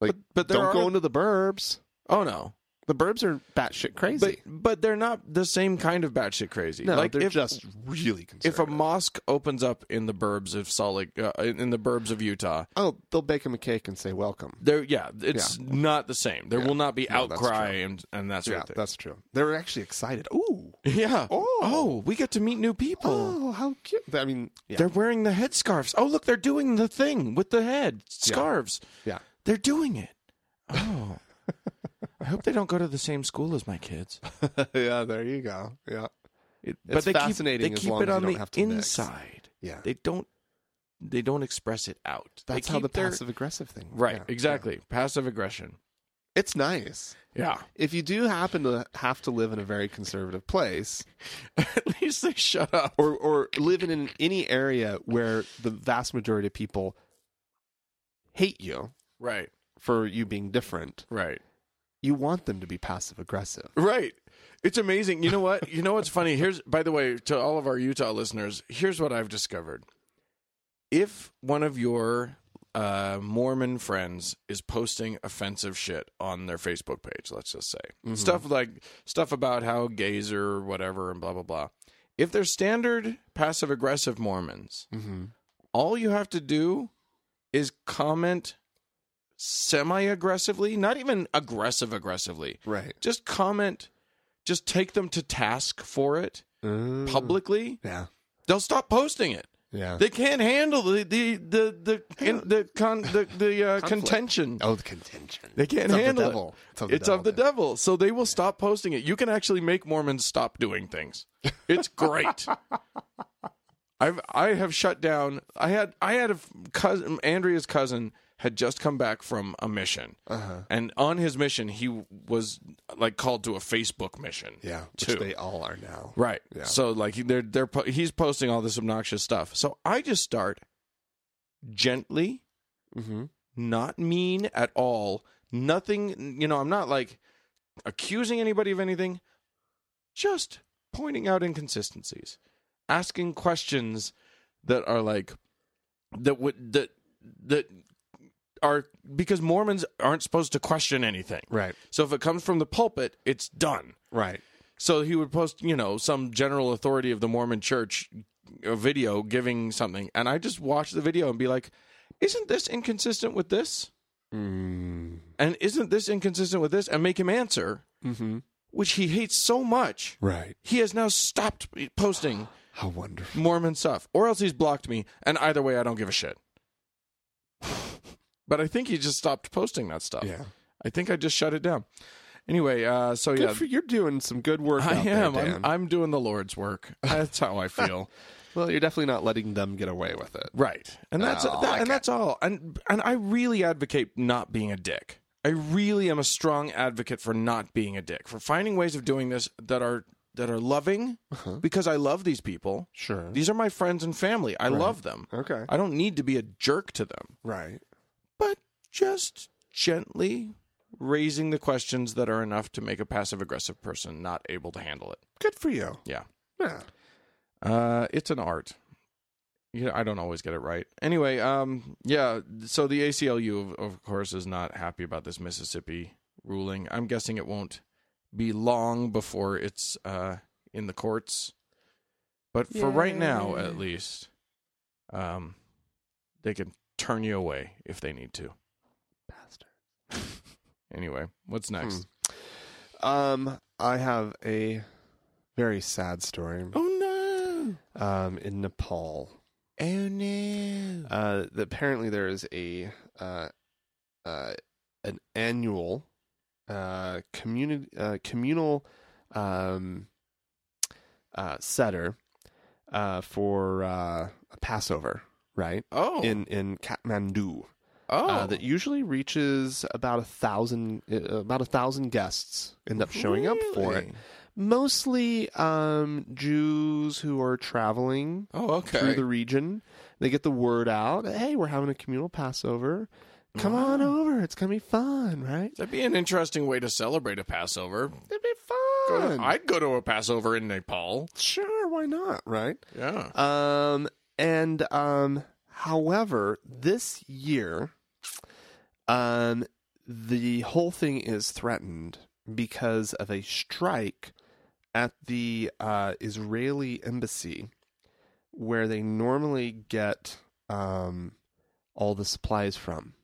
A: Like,
B: But- but there
A: don't go
B: are-
A: into the burbs.
B: Oh no,
A: The burbs are batshit
B: but
A: crazy.
B: but they're not the same kind of batshit crazy.
A: no,
B: like
A: they're
B: if
A: just really
B: if
A: conservative.
B: a mosque opens up in the burbs of Salt Lake, uh, in in the burbs of Utah,
A: oh, they'll bake him a cake and say welcome.
B: there yeah, it's not the same. There will not be
A: No, that's
B: outcry and and that sort
A: Yeah,
B: of thing.
A: that's true. They're actually excited. Ooh,
B: Yeah.
A: Oh.
B: we get to meet new people.
A: oh, how cute! I mean, yeah,
B: They're wearing the headscarves. Oh, look, they're doing the thing with the head scarves.
A: yeah. <laughs>
B: They're doing it. Oh. <laughs> I hope they don't go to the same school as my kids.
A: yeah. There you go. Yeah,
B: It,
A: <laughs> It's fascinating
B: Keep,
A: as
B: they keep
A: long as
B: it
A: you
B: on
A: don't
B: the
A: have to mix.
B: inside.
A: yeah.
B: They don't. They don't express it out. They
A: that's how the
B: keep their-
A: passive aggressive thing.
B: Right.
A: yeah,
B: Exactly. Passive aggression.
A: It's nice.
B: Yeah. <laughs>
A: If you do happen to have to live in a very conservative place,
B: At least they shut up.
A: or or live in any area where the vast majority of people hate you
B: Right.
A: for you being different,
B: Right.
A: you want them to be passive aggressive.
B: Right. It's amazing. You know what? You know what's funny? Here's by the way, to all of our Utah listeners, here's what I've discovered. If one of your uh, Mormon friends is posting offensive shit on their Facebook page, let's just say. Stuff like stuff about how gays are whatever and blah blah blah. If they're standard passive aggressive Mormons, all you have to do is comment semi aggressively, not even aggressive aggressively
A: Right.
B: just comment just take them to task for it publicly
A: Uh, Yeah.
B: they'll stop posting it
A: Yeah.
B: they can't handle the the the the in, the con, the, the uh, contention
A: oh, the contention.
B: they can't
A: It's of the
B: handle
A: devil.
B: it it's of the devil so they will stop posting it you can actually make mormons stop doing things
A: <laughs>
B: it's great i've i have shut down i had i had a f- cousin andrea's cousin had just come back from a mission
A: Uh-huh.
B: and on his mission he was like called to a facebook mission
A: Yeah. Which
B: Two.
A: they all are now.
B: Right.
A: Yeah.
B: So like he- they're they're po- he's posting all this obnoxious stuff. So I just start gently,
A: Mm-hmm.
B: not mean at all. Nothing, you know, I'm not like accusing anybody of anything. Just pointing out inconsistencies, asking questions that are like that would that that are because Mormons aren't supposed to question anything.
A: Right.
B: So if it comes from the pulpit, it's done.
A: Right.
B: So he would post, you know, some general authority of the Mormon church a video giving something. And I just watch the video and be like, isn't this inconsistent with this?
A: Mm.
B: And isn't this inconsistent with this? And make him answer,
A: Mm-hmm.
B: which he hates so much.
A: Right.
B: He has now stopped posting
A: How wonderful.
B: Mormon stuff, or else he's blocked me. And either way, I don't give a shit. <sighs> But I think he just stopped posting that stuff.
A: Yeah.
B: I think I just shut it down. Anyway, uh, so
A: Good
B: yeah,
A: for you're doing some good work.
B: I
A: out
B: am.
A: There, Dan.
B: I'm, I'm doing the Lord's work. <laughs> That's how I feel.
A: well, you're definitely not letting them get away with it.
B: right. And that's
A: I like
B: that,
A: it.
B: and that's all. And and I really advocate not being a dick. I really am a strong advocate for not being a dick, for finding ways of doing this that are that are loving because I love these people.
A: Sure.
B: These are my friends and family. I love them.
A: Okay.
B: I don't need to be a jerk to them,
A: Right.
B: but just gently raising the questions that are enough to make a passive aggressive person not able to handle it.
A: Good for you.
B: Yeah.
A: Yeah.
B: Uh, it's an art. Yeah, I don't always get it right. Anyway, um, yeah. So the ACLU, of, of course, is not happy about this Mississippi ruling. I'm guessing it won't be long before it's uh in the courts. But for right now, at least, um, they can turn you away if they need to.
A: Bastard.
B: Anyway, what's
A: Hmm.
B: next?
A: Um, I have a very sad story.
B: Oh no!
A: Um, in Nepal,
B: Oh no!
A: uh, that apparently there is a uh, uh, an annual uh community uh, communal um uh setter uh for uh Passover, right?
B: Oh,
A: In in Kathmandu.
B: oh,
A: uh, that usually reaches about a thousand uh, about a thousand guests end up showing up for it
B: Really?
A: mostly um, jews who are traveling
B: Oh, okay.
A: through the region they get the word out hey we're having a communal passover come on over it's gonna be fun right
B: That'd be an interesting way to celebrate a Passover.
A: it'd be
B: Go
A: fun
B: to- I'd go to a Passover in Nepal.
A: sure why not right
B: Yeah.
A: Um, and um, however, this year, um, the whole thing is threatened because of a strike at the uh, Israeli embassy, where they normally get um, all the supplies from.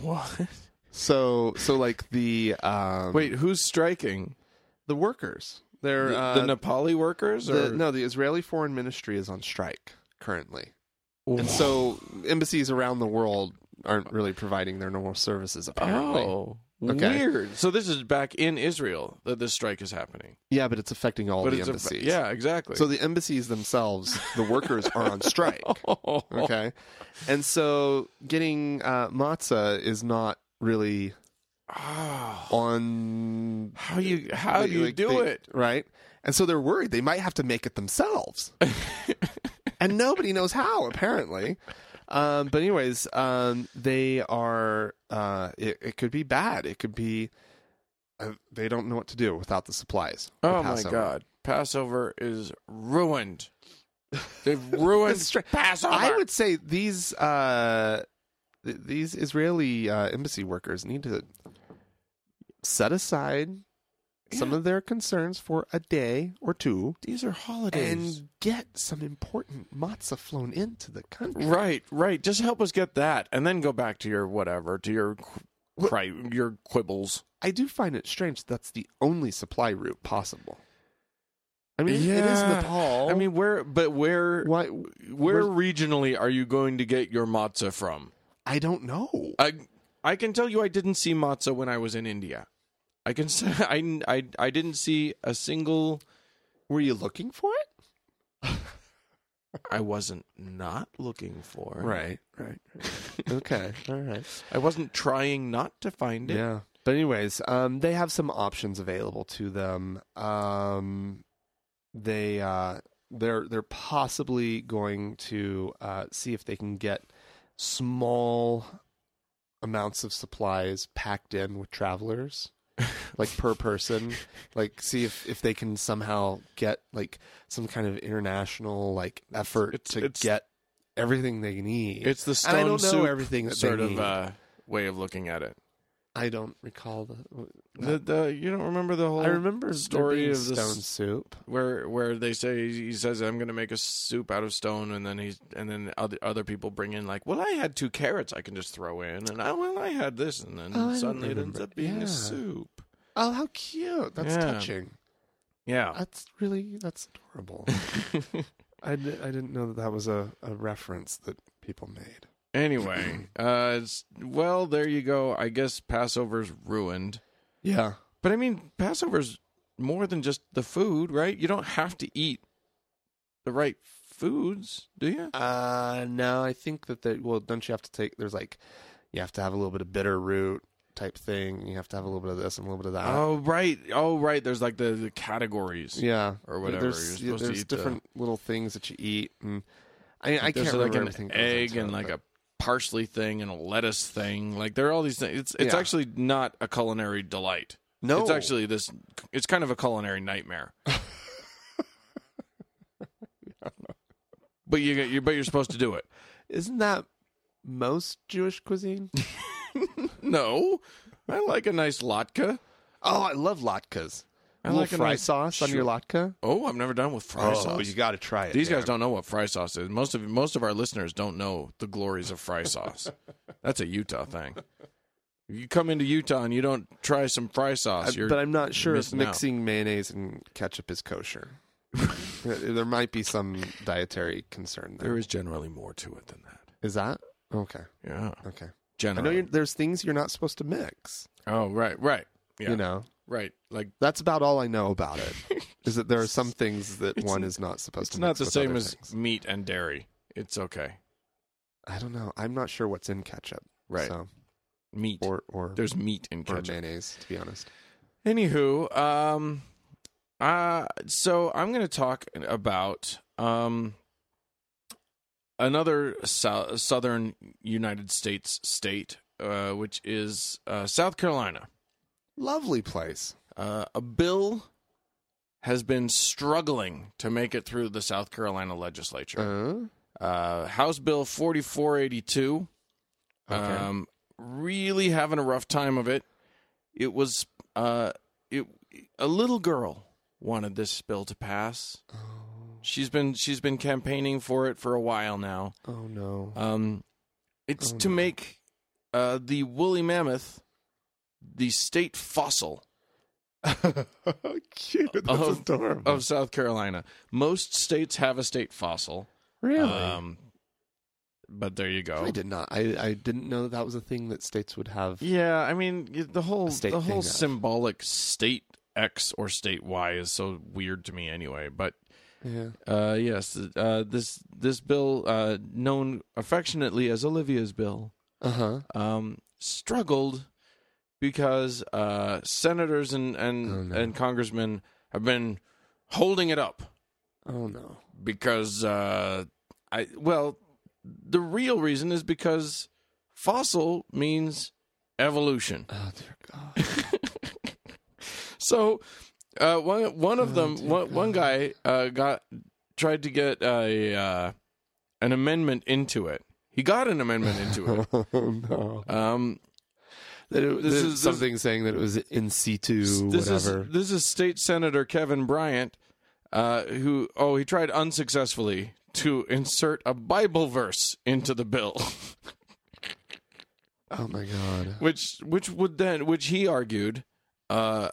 B: What?
A: So, so like the um,
B: Wait, who's striking?
A: the workers. They're
B: The,
A: uh,
B: the Nepali workers? Or?
A: the- no, the Israeli Foreign Ministry is on strike currently.
B: Oh.
A: And so embassies around the world aren't really providing their normal services, apparently.
B: Oh.
A: Okay.
B: Weird. So this is back in Israel that this strike is happening.
A: Yeah, but it's affecting all the
B: it's a-
A: embassies.
B: yeah, exactly. <laughs>
A: So the embassies themselves, the workers are on strike.
B: Oh.
A: Okay. And so getting uh, matzah is not really
B: Oh,
A: on
B: how you how do you
A: like,
B: do
A: they-
B: it?
A: right? And so they're worried they might have to make it
B: <laughs>
A: themselves, and nobody knows how apparently. Um, but anyways, um, they are. Uh, it, it could be bad. It could be. Uh, they don't know what to do without the supplies. for
B: Oh my
A: Passover.
B: god. Passover is ruined. They've
A: <laughs>
B: ruined
A: It's stra-
B: Passover.
A: I would say these uh, th- these Israeli uh, embassy workers need to set aside some of their concerns for a day or two
B: These are holidays.
A: and get some important matzah flown into the country.
B: right, right. Just help us get that and then go back to your whatever, to your qu- cri- your quibbles.
A: I do find it strange that's the only supply route possible. I mean, it is
B: Yeah.
A: Nepal.
B: I mean, where but where
A: why?
B: where
A: where's-
B: regionally are you going to get your matzah from?
A: I don't know.
B: I I can tell you I didn't see matzah when I was in India. I can say <laughs> I, I, I didn't see a single
A: Were you looking for it?
B: I wasn't not looking for.
A: Right, right. okay, all right.
B: I wasn't trying not to find it.
A: Yeah. But anyways, um, they have some options available to them. Um, they uh, they're they're possibly going to uh, see if they can get small amounts of supplies packed in with
B: <laughs>
A: travelers, like per person. Like see if if they can somehow get like some kind of international like effort
B: It's-
A: to
B: it's-
A: get everything they need.
B: It's the
A: And
B: stone
A: I don't know
B: soup
A: everything that
B: sort
A: they
B: of
A: need.
B: uh, way of looking at it.
A: I don't recall the
B: The, the you don't remember the whole
A: I remember
B: story
A: story of
B: of the
A: stone
B: s-
A: soup.
B: where where they say he says I'm going to make a soup out of stone and then he's and then other other people bring in like well I had two carrots I can just throw in and I well I had this and then
A: Oh, I
B: suddenly it ends
A: remember.
B: up being
A: Yeah.
B: a soup.
A: Oh, how cute! That's
B: Yeah.
A: touching. <laughs>
B: Yeah.
A: That's really that's
B: <laughs>
A: adorable. I, d- I didn't know that that was a, a reference that people made.
B: anyway, uh, it's, well there you go. I guess Passover's ruined.
A: Yeah,
B: But I mean, Passover's more than just the food, right? You don't have to eat the right foods, do you?
A: Uh, no, I think that they, well, don't you have to take? There's like, you have to have a little bit of bitter root type thing. You have to have a little bit of this and a little bit of that.
B: oh, right. Oh, right. There's like the, the categories.
A: yeah,
B: Or whatever. You're
A: There's,
B: supposed to
A: there's
B: eat the-
A: different little things that you eat, and I mean, I
B: There's
A: can't
B: like
A: remember
B: an
A: everything that goes
B: egg
A: into
B: and
A: it,
B: like
A: but-
B: a parsley thing and a lettuce thing. Like there are all these things. It's it's
A: Yeah.
B: actually not a culinary delight.
A: no.
B: It's actually this. It's kind of a culinary
A: <laughs>
B: nightmare. but you get you. But you're supposed to do it.
A: isn't that most Jewish cuisine?
B: No, I like a nice latke.
A: Oh, I love latkes.
B: I
A: A little
B: like a
A: fry
B: nice-
A: sauce on your latke.
B: Oh, I'm never done with fry sauce.
A: got to Oh, try it.
B: These guys don't know what fry sauce is. Most of most of our listeners don't know the glories of fry sauce. That's a Utah thing. You come into Utah and you don't try some fry sauce. You're,
A: but I'm not sure if
B: missing out.
A: mixing mayonnaise and ketchup is kosher.
B: <laughs>
A: there might be some dietary concern there.
B: there is generally more to it than that.
A: Is that okay?
B: Yeah,
A: Okay. I know
B: generally.
A: you're, there's things you're not supposed to mix.
B: oh, right, right. Yeah,
A: You know,
B: right. Like
A: that's about all I know about
B: <laughs>
A: it. is that there are some things that one is not supposed
B: it's
A: to. mix
B: not the
A: with
B: same
A: other
B: as
A: things.
B: meat and dairy. It's okay.
A: I don't know. I'm not sure what's in ketchup.
B: Right.
A: So,
B: Meat.
A: or or
B: There's meat in
A: or
B: ketchup.
A: mayonnaise, to be honest.
B: Anywho, um, uh, so I'm going to talk about um, another sou- southern United States state, uh, which is uh, South Carolina.
A: Lovely place.
B: Uh, a bill has been struggling to make it through the South Carolina legislature.
A: Uh,
B: Uh, House Bill 4482
A: okay.
B: um, really having a rough time of it. It was uh, it a little girl wanted this bill to pass.
A: oh,
B: She's been she's been campaigning for it for a while now.
A: oh <laughs> no.
B: Um, it's
A: Oh,
B: to
A: no.
B: make uh, the woolly mammoth the
A: <laughs>
B: state fossil
A: Cute. That's
B: Of-
A: adorable.
B: of South Carolina. Most states have a state fossil.
A: really?
B: Um, but there you go.
A: I did not. I, I didn't know that, that was a thing that states would have.
B: Yeah, I mean y- the whole
A: state
B: the
A: thing
B: whole
A: of-
B: symbolic state X or state Y is so weird to me anyway. But
A: Yeah.
B: uh, yes, uh, this this bill, uh,
A: Uh-huh.
B: known affectionately as Olivia's bill,
A: Uh huh.
B: um, struggled because uh, senators and and,
A: Oh, no.
B: and congressmen have been holding it up
A: Oh no.
B: because uh, I well the real reason is because fossil means evolution.
A: Oh dear God.
B: <laughs> So uh, one one of them one, one guy uh, got tried to get a uh, an amendment into it. He got an amendment
A: <laughs>
B: into
A: oh no.
B: it. Um,
A: That it,
B: This
A: this
B: is- this-
A: is something saying that it was in situ,
B: this
A: whatever.
B: is this is state senator Kevin Bryant, uh, who oh he tried unsuccessfully to insert a Bible verse into the bill, <laughs>
A: oh my God.
B: which which would then which he argued. Uh,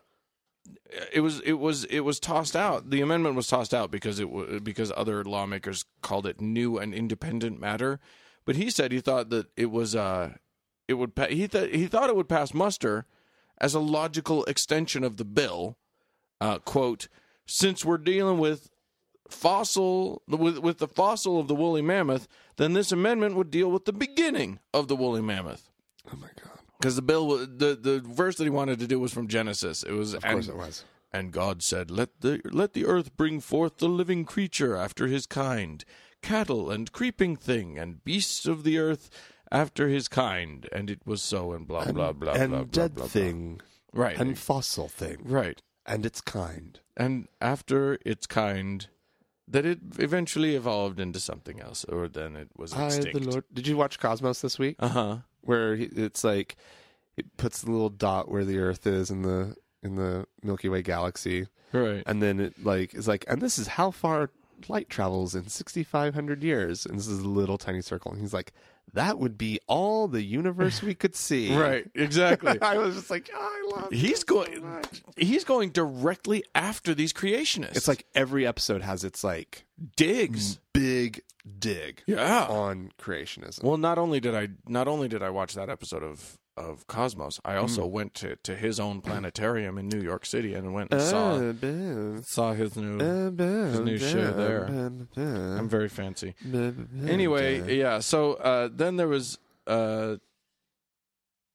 B: it was it was it was tossed out. The amendment was tossed out because it wa- because other lawmakers called it new and independent matter, but he said he thought that it was uh it would pa- he th- he thought it would pass muster as a logical extension of the bill. Uh, quote: Since we're dealing with fossil with with the fossil of the woolly mammoth, then this amendment would deal with the beginning of the woolly mammoth
A: Oh my God.
B: because the bill wa- the the verse that he wanted to do was from Genesis. It was
A: Of course it was.
B: and God said, Let the let the earth bring forth the living creature after his kind, cattle and creeping thing, and beasts of the earth after his kind. And it was so and blah blah blah
A: and
B: blah, blah,
A: dead
B: blah, blah.
A: thing,
B: Right.
A: and fossil thing,
B: right.
A: and its kind.
B: And after its kind that it eventually evolved into something else, or then it was
A: I,
B: extinct.
A: the Lord. Did you watch Cosmos this week?
B: Uh huh.
A: Where he- it's like it puts the little dot where the Earth is in the in the Milky Way galaxy, <laughs>
B: Right.
A: and then it like is like, and this is how far light travels in 6,500 years, and this is a little tiny circle. And he's like, that would be all the universe we could see.
B: <laughs> right. Exactly.
A: <laughs> I was just like, oh, I love.
B: he's
A: this so
B: going.
A: much."
B: He's going directly after these creationists.
A: It's like Mm. every episode has its like
B: digs.
A: big dig
B: Yeah.
A: on creationism.
B: Well, not only did I not only did I watch that episode of of Cosmos, I also
A: Mm.
B: went to, to his own planetarium in New York City and went and
A: Oh.
B: saw saw his new. Uh, new show there. I'm very fancy.
A: Mm,
B: Anyway, yeah. So uh, then there was uh,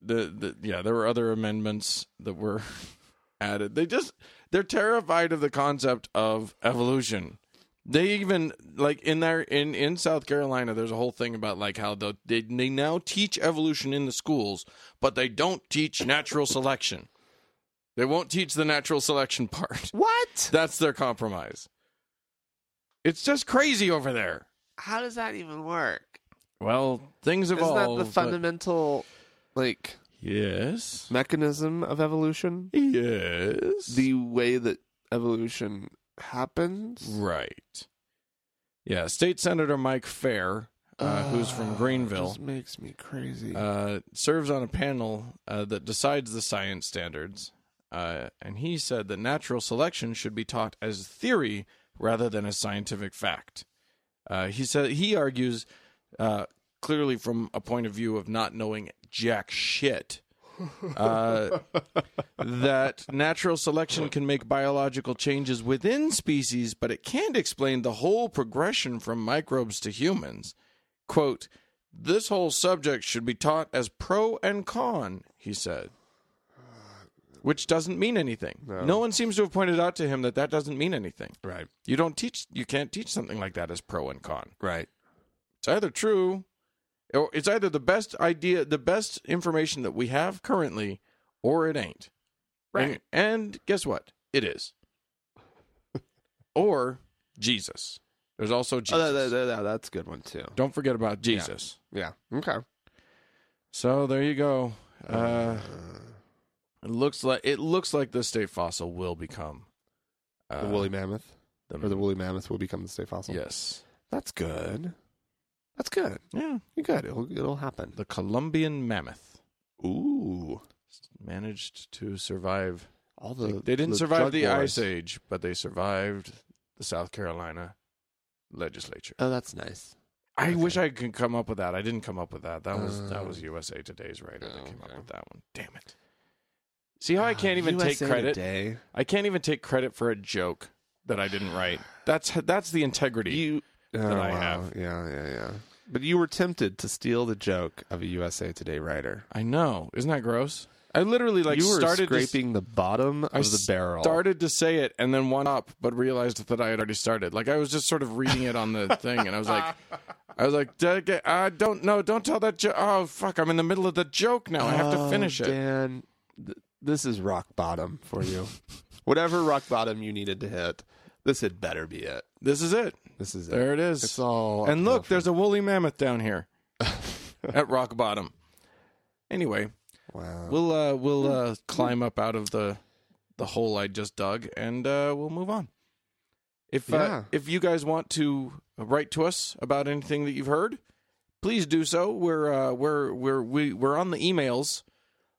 B: the the yeah there were other amendments that were <laughs> added. They just they're terrified of the concept of evolution. They even like in their in in South Carolina. There's a whole thing about like how the, they they now teach evolution in the schools, but they don't teach natural selection. They won't teach the natural selection <laughs> part.
A: What?
B: That's their compromise. It's just crazy over there.
A: How does that even work?
B: Well, things
A: Isn't that
B: evolve.
A: the
B: but-
A: fundamental like
B: Yes.
A: mechanism of evolution?
B: Yes.
A: The way that evolution happens?
B: right. Yeah, State Senator Mike Fair, uh, who's
A: Ah,
B: from Greenville,
A: This makes me crazy.
B: uh, serves on a panel uh, that decides the science standards, uh, and he said that natural selection should be taught as theory rather than as scientific fact. Uh, he said he argues uh, clearly from a point of view of not knowing jack shit. Uh, that natural selection can make biological changes within species, but it can't explain the whole progression from microbes to humans. Quote, this whole subject should be taught as pro and con, he said. Which doesn't mean anything. No. one seems to have pointed out to him that that doesn't mean anything.
A: right.
B: You don't teach, you can't teach something like that as pro and con.
A: Right.
B: It's either true, or it's either the best idea, the best information that we have currently, or it ain't.
A: Right.
B: And, and guess what? It is. or Jesus. There's also Jesus.
A: Oh, that, that, that, that's a good one too.
B: Don't forget about Jesus.
A: Yeah. Okay.
B: So there you go. Uh, it looks like it looks like the state fossil will become uh,
A: the woolly mammoth,
B: the-
A: or the woolly mammoth will become the state fossil.
B: yes,
A: That's good. That's good.
B: yeah,
A: You're good. It'll it'll happen.
B: the Colombian mammoth
A: Ooh.
B: managed to survive.
A: All the
B: they didn't
A: the
B: survive
A: drug
B: the
A: wars.
B: ice age, but they survived the South Carolina legislature.
A: Oh, that's nice.
B: I
A: Okay.
B: wish I could come up with that. I didn't come up with that. That was that
A: Oh.
B: was USA Today's writer that
A: Oh,
B: came up
A: okay. Uh,
B: with that one. Damn it! See how I
A: Ah,
B: can't even take credit.
A: Today.
B: I can't even take credit for a joke that I didn't write. That's that's the integrity.
A: You oh,
B: that I
A: wow.
B: have.
A: Yeah, yeah, yeah. But you were tempted to steal the joke of a USA Today writer.
B: I know. Isn't that gross? I literally like
A: you were
B: started to-
A: scraping the bottom of
B: I
A: the barrel.
B: started to say it and then one up, but realized that I had already started. Like I was just sort of reading it
A: <laughs>
B: on the thing, and I was like, I was like, "Did I get- I don't know, don't tell that joke. Oh fuck, I'm in the middle of the joke now. I have to
A: Oh,
B: finish it.
A: Dan, th- this is rock bottom for <laughs> you. Whatever rock bottom you needed to hit, this had better be it.
B: This is it.
A: This is it.
B: There it is.
A: It's all
B: and
A: uphill
B: look, there's a woolly mammoth down
A: <laughs>
B: here at rock bottom. Anyway,
A: from- wow.
B: we'll uh, we'll uh, climb up out of the the hole I just dug, and uh, we'll move on. If uh,
A: Yeah.
B: if you guys want to write to us about anything that you've heard, please do so. We're uh, we're we're we, we're on the emails.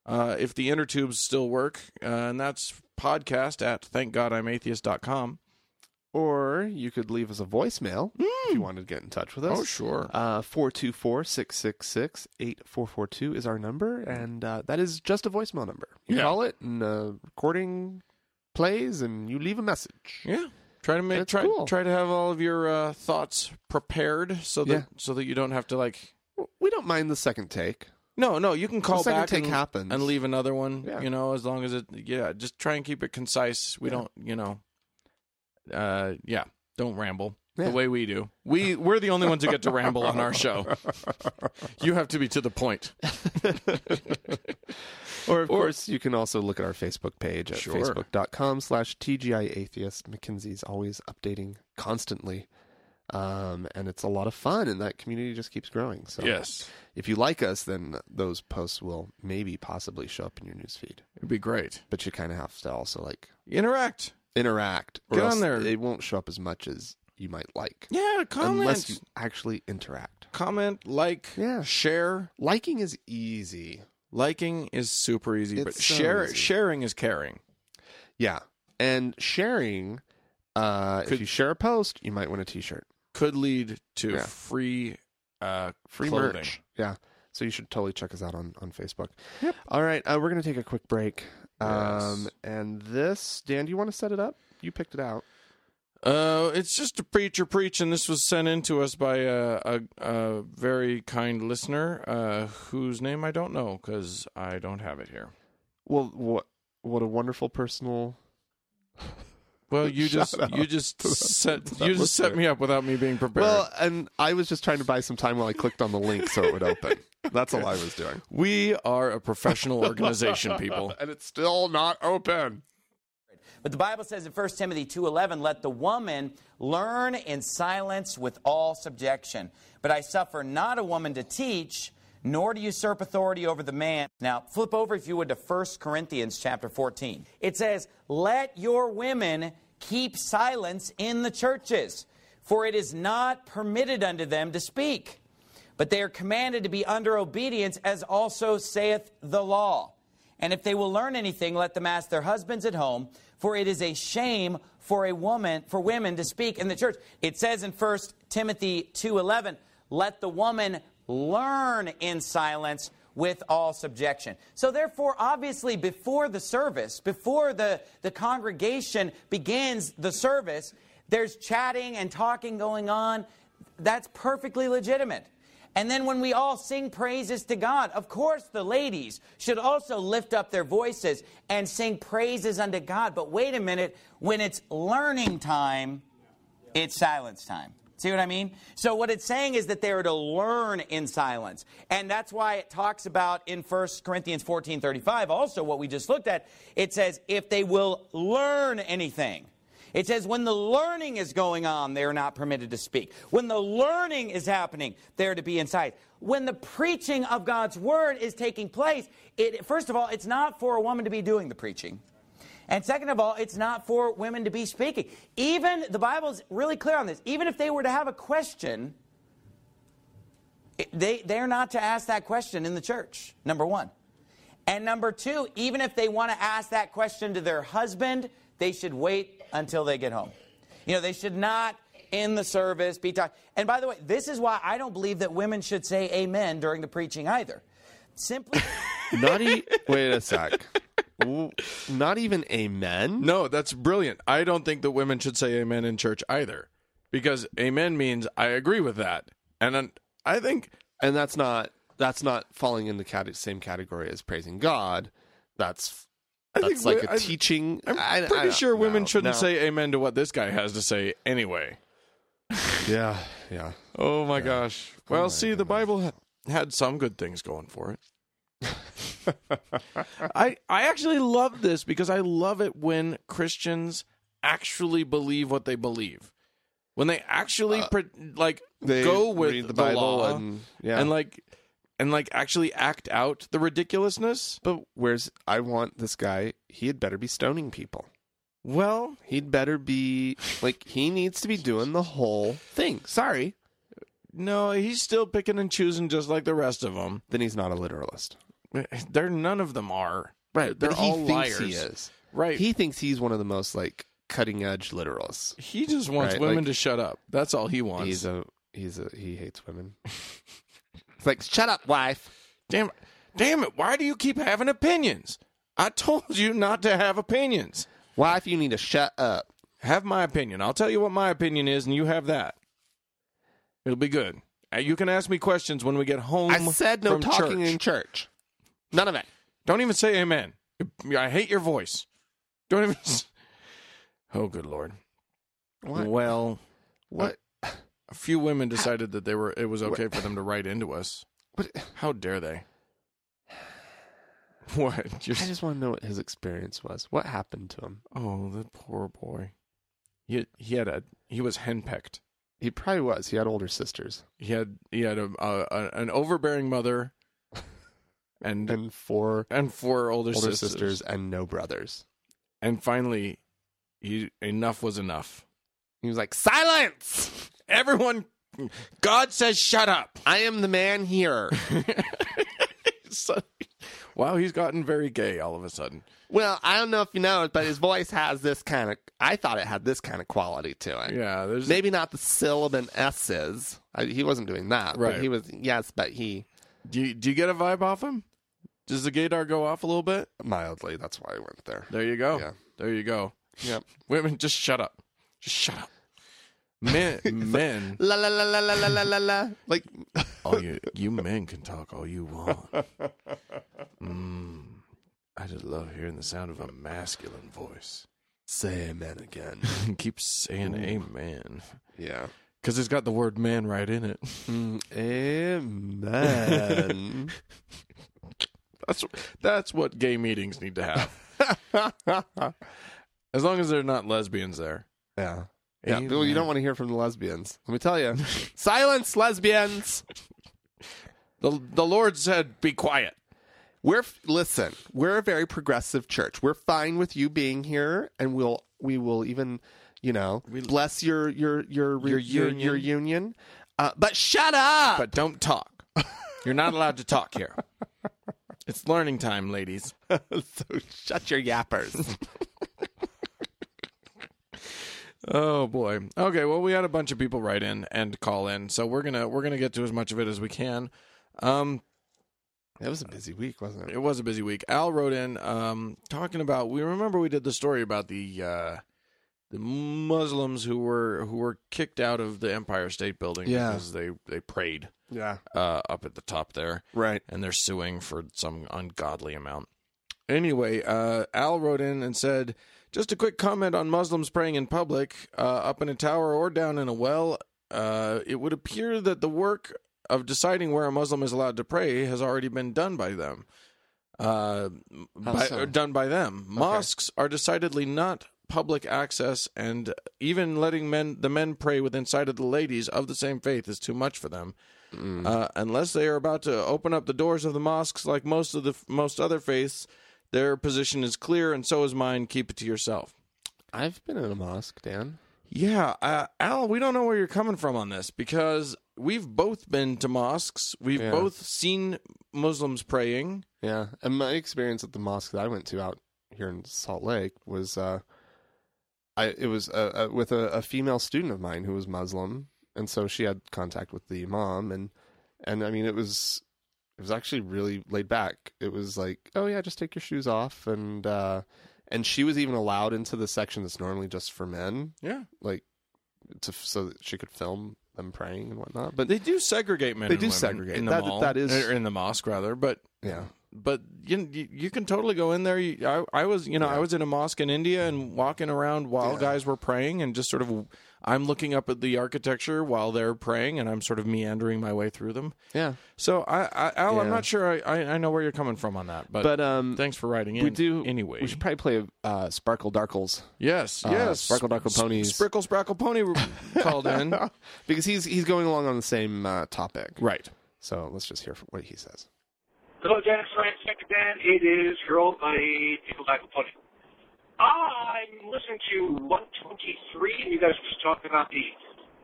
B: Uh, if the inner tubes still work, uh, and that's podcast at thankgodimatheist.com.
A: Or you could leave us a voicemail if you wanted to get in touch with us.
B: Oh, sure.
A: Uh, 424-666-8442 is our number, and uh, that is just a voicemail number. You
B: Yeah.
A: call it, and uh, recording plays, and you leave a message.
B: Yeah. Try to make
A: That's
B: try
A: cool.
B: try to have all of your uh, thoughts prepared so that
A: Yeah.
B: so that you don't have to like
A: We don't mind the second take.
B: No, no, you can call
A: second
B: back
A: take
B: and,
A: happens.
B: and leave another one,
A: Yeah.
B: you know, as long as it yeah, just try and keep it concise. We
A: Yeah.
B: don't, you know. Uh yeah, don't ramble
A: Yeah.
B: the way we do. We we're the only ones who get to ramble
A: <laughs>
B: on our show. you have to be to the point.
A: Or, of
B: Or-
A: course, you can also look at our Facebook page at
B: Sure.
A: facebook.com slash TGI Atheist. Mackenzie's always updating constantly. Um, and it's a lot of fun, and that community just keeps growing. So
B: Yes.
A: if you like us, then those posts will maybe possibly show up in your newsfeed.
B: It'd be great.
A: But you kind of have to also like
B: Interact.
A: interact. Or
B: Get on
A: else
B: there.
A: It won't show up as much as you might like.
B: Yeah, comment.
A: Unless you actually interact.
B: Comment, like,
A: Yeah.
B: share.
A: Liking is easy.
B: Liking is super easy, but
A: It's so
B: share
A: easy.
B: sharing is caring.
A: Yeah. And sharing, uh,
B: Could-
A: if you share a post, you might win a t shirt.
B: Could lead to
A: Yeah.
B: free uh
A: Free
B: clothing.
A: merch. Yeah. So you should totally check us out on, on Facebook. Yep. All right. Uh, we're going to take a quick break. Um,
B: Yes.
A: And this, Dan, do you want to set it up? You picked it out.
B: Uh it's just a preacher preach and this was sent in to us by a a, a very kind listener uh whose name I don't know cuz I don't have it here.
A: Well, what what a wonderful personal.
B: Well, you just
A: Shout out
B: you just set
A: that
B: you just set
A: listener.
B: me up without me being prepared.
A: Well, and I was just trying to buy some time while I clicked on the link so it would open. That's all I was
B: <laughs>
A: doing.
B: we are a professional organization people.
A: And it's still not open.
C: But the Bible says in 1 Timothy 2:11, "Let the woman learn in silence with all subjection. But I suffer not a woman to teach, nor to usurp authority over the man." Now, flip over if you would to 1 Corinthians chapter 14. It says, "Let your women keep silence in the churches, for it is not permitted unto them to speak." But they are commanded to be under obedience, as also saith the law. And if they will learn anything, let them ask their husbands at home, for it is a shame for a woman for women to speak in the church. It says in 1 Timothy 2:11, let the woman learn in silence with all subjection. So therefore, obviously, before the service, before the, the congregation begins the service, there's chatting and talking going on. That's perfectly legitimate. And then when we all sing praises to God, of course the ladies should also lift up their voices and sing praises unto God. But wait a minute, when it's learning time, it's silence time. See what I mean? So what it's saying is that they are to learn in silence. And that's why it talks about in 1 Corinthians 14, 35, also what we just looked at, it says, if they will learn anything. It says, when the learning is going on, they are not permitted to speak. When the learning is happening, they are to be in silence. When the preaching of God's word is taking place, it, first of all, it's not for a woman to be doing the preaching. And second of all, it's not for women to be speaking. Even the Bible's really clear on this. Even if they were to have a question, it- they, they're not to ask that question in the church, number one. And number two, even if they want to ask that question to their husband, they should wait until they get home. You know, they should not in the service be talking. And by the way, this is why I don't believe that women should say amen during the preaching either. Simply.
A: Not
B: <laughs>
A: e- Wait a sec. W- Not even amen?
B: No, that's brilliant. I don't think that women should say amen in church either, because amen means I agree with that, and then I think
A: And that's not that's not falling in the cate- same category as praising God. that's
B: I
A: that's
B: think
A: like
B: wi-
A: a
B: I-
A: teaching.
B: I'm
A: I- I
B: pretty
A: don't
B: sure women
A: know.
B: shouldn't
A: No.
B: say amen to what this guy has to say anyway.
A: Yeah, yeah.
B: Oh my gosh. Well, see, the Bible ha- had some good things
A: <laughs>
B: going for it. I I actually love this because I love it when Christians actually believe what they believe. When they actually pre- like
A: Uh, They
B: go with
A: read
B: the, law and,
A: and yeah.
B: like and like actually act out the ridiculousness.
A: but where's I want this guy? He had better be stoning people.
B: Well,
A: He'd better be like he needs to be doing the whole thing. Sorry,
B: no, he's still picking and choosing just like the rest of them.
A: then he's not a literalist.
B: They're none of them are.
A: Right,
B: They're
A: but he
B: all
A: thinks
B: liars.
A: he is.
B: Right.
A: He thinks he's one of the most like cutting edge literalists.
B: He just wants
A: Right,
B: women
A: like-
B: to shut up. That's all he wants.
A: He's a he's a he hates women. it's like shut up, wife.
B: damn, damn it! Why do you keep having opinions? I <laughs> told you not to have opinions.
A: Wife, you need to shut up.
B: Have my opinion. I'll tell you what my opinion is, and you have that. It'll be good. Uh, You can ask me questions when we get home.
A: I said no
B: from
A: talking
B: church.
A: in Um, church. None of it.
B: Don't even say amen. I hate your voice. Don't even. s- Oh, good lord.
A: What?
B: Well,
A: What?
B: a few women decided that they were. It was okay for them to write into us.
A: What?
B: How dare they? <sighs> What? You're
A: I just want to know what his experience was. What happened to him?
B: Oh, that poor boy. He he had a he was henpecked.
A: He probably was. He had older sisters
B: He had he had a, a, a an
A: <laughs>
B: overbearing mother, and and,
A: and four
B: four older,
A: older
B: sisters.
A: sisters and no brothers.
B: And finally, he enough was enough.
A: He was like, "Silence!
B: Everyone, God says, shut up.
A: I am the man <laughs> here."
B: So- wow, he's gotten very gay all of a sudden.
A: well, I don't know if you know it, but his voice has this kind of. I thought it had this kind of quality to it.
B: Yeah, there's
A: Maybe not the syllable and s's. I, he wasn't doing that.
B: Right.
A: But he was. Yes, but he
B: Do you, do you get a vibe off him? Does the gaydar go off a little bit?
A: mildly. That's why I went there.
B: There you go.
A: Yeah.
B: There you go.
A: Yep.
B: Women, just shut up. Just shut up. Men, men,
A: La la la la la la la la la. Like <laughs>
B: all you you men can talk all you want. Mm, I just love hearing the sound of a masculine voice. <laughs>
A: say amen again.
B: Keep saying amen
A: Yeah.
B: because it's got the word man right in it. <laughs>
A: Amen.
B: That's that's what gay meetings need to have. as long as they're not lesbians there.
A: <laughs> yeah. Yeah, well, you don't want to hear from the lesbians. Let me tell you. <laughs> Silence, lesbians.
B: The the Lord said, "Be quiet."
A: We're f- listen. We're a very progressive church. We're fine with you being here, and we'll we will even, you know, bless your your your your
B: union.
A: your union. Uh, but shut up.
B: but don't talk. You're not allowed to talk here. It's learning time, ladies.
A: <laughs> so shut your <laughs> yappers.
B: Oh boy. Okay, well we had a bunch of people write in and call in, so we're gonna we're gonna get to as much of it as we can. Um,
A: that was a busy week, wasn't
B: it was a busy week. Al wrote in um, talking about we remember we did the story about the uh, the Muslims who were who were kicked out of the Empire State Building
A: Yeah.
B: because they they prayed
A: Yeah.
B: uh, up at the top there.
A: Right.
B: and they're suing for some ungodly amount. Anyway, uh, Al wrote in and said, "Just a quick comment on Muslims praying in public, uh, up in a tower or down in a well. Uh, it would appear that the work of deciding where a Muslim is allowed to pray has already been done by them. Uh, by,
A: so?
B: or done by them. Mosques are decidedly not." Public access and even letting men the men pray within sight of the ladies of the same faith is too much for them uh, unless they are about to open up the doors of the mosques like most of the most other faiths their position is clear and so is mine keep it to yourself
A: I've been in a mosque, Dan.
B: yeah uh, al we don't know where you're coming from on this because we've both been to mosques we've
A: Yeah.
B: both seen muslims praying
A: Yeah, and my experience at the mosque that I went to out here in Salt Lake was, uh, I it was uh, uh, with a, a female student of mine who was Muslim, and so she had contact with the imam, and and I mean it was it was actually really laid back. It was like, oh yeah, just take your shoes off, and uh, and she was even allowed into the section that's normally just for men,
B: yeah
A: like to so that she could film them praying and whatnot. But
B: they do segregate men
A: They
B: and
A: do
B: women
A: segregate.
B: in the
A: That-
B: mall,
A: that is-
B: or in the mosque rather but
A: yeah,
B: but you you you can totally go in there. You, I I was you know I was in a mosque in India and walking around while guys were praying and just sort of I'm looking up at the architecture while they're praying and I'm sort of meandering my way through them.
A: Yeah.
B: So I, I Al, I'm
A: Yeah.
B: not sure I, I I know where you're coming from on that, but
A: But um,
B: thanks for writing in.
A: we do
B: anyway.
A: We should probably play uh, Sparkle Darkles
B: yes,
A: uh,
B: yes.
A: Sparkle Darkle Ponies.
B: Sprickle
A: <laughs>
B: Sprackle Pony called in.
A: because he's he's going along on the same uh, topic.
B: Right.
A: So let's just hear what he says.
D: Hello, Dennis Ryan, Second Dan. It is your old buddy, People Like a Pony. I'm listening to 123, and you guys were just talking about the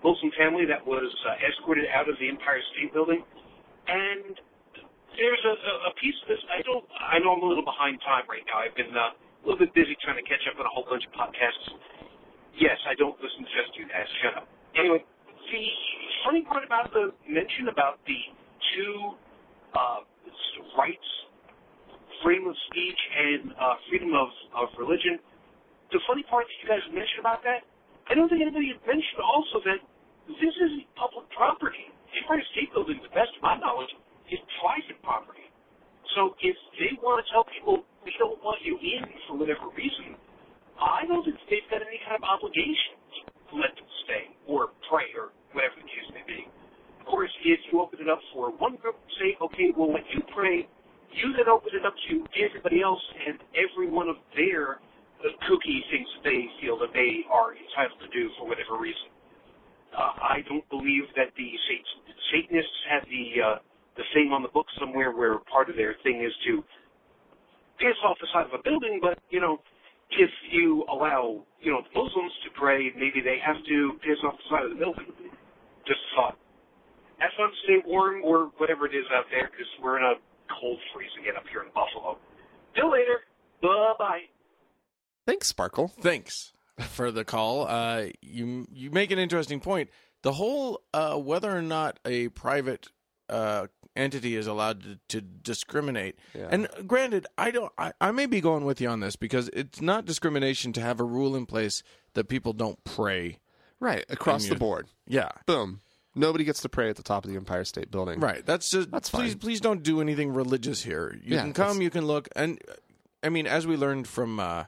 D: Wilson family that was uh, escorted out of the Empire State Building. And there's a, a- a piece of this. I don't. I know I'm a little behind time right now. I've been uh, a little bit busy trying to catch up on a whole bunch of podcasts. Yes, I don't listen to just you guys. Shut up. Anyway, the funny part about the mention about the two uh, s- rights, freedom of speech and uh, freedom of, of religion, the funny part that you guys mentioned about that, I don't think anybody had mentioned also that this is public property. The Empire State Building, to the best of my knowledge, is private property. So if they want to tell people we don't want you in for whatever reason, I don't think they've got any kind of obligation to let them stay or pray or whatever the case may be. Of course, if you open it up for one group, say, okay, well, when you pray, you then open it up to everybody else and every one of their uh, kooky things that they feel that they are entitled to do for whatever reason uh, I don't believe that the Sat- Satanists have the uh, the thing on the book somewhere where part of their thing is to piss off the side of a building. But you know, if you allow you know the Muslims to pray, maybe they have to piss off the side of the building. Just a thought. Have fun, stay warm, or whatever it is out there, because we're in a cold freeze again up here in Buffalo. Till later. Bye bye.
A: Thanks, Sparkle.
B: Thanks for the call. Uh, you you make an interesting point. The whole uh, whether or not a private uh, entity is allowed to, to discriminate. And granted, I don't. I, I may be going with you on this because it's not discrimination to have a rule in place that people don't pray.
A: Right across the
B: Unmute.
A: board.
B: Yeah.
A: Boom. Nobody gets to pray at the top of the Empire State Building.
B: Right. That's just
A: That's
B: please
A: fine.
B: please don't do anything religious here. You
A: Yeah,
B: can
A: that's-
B: come, you can look and uh, I mean as we learned from uh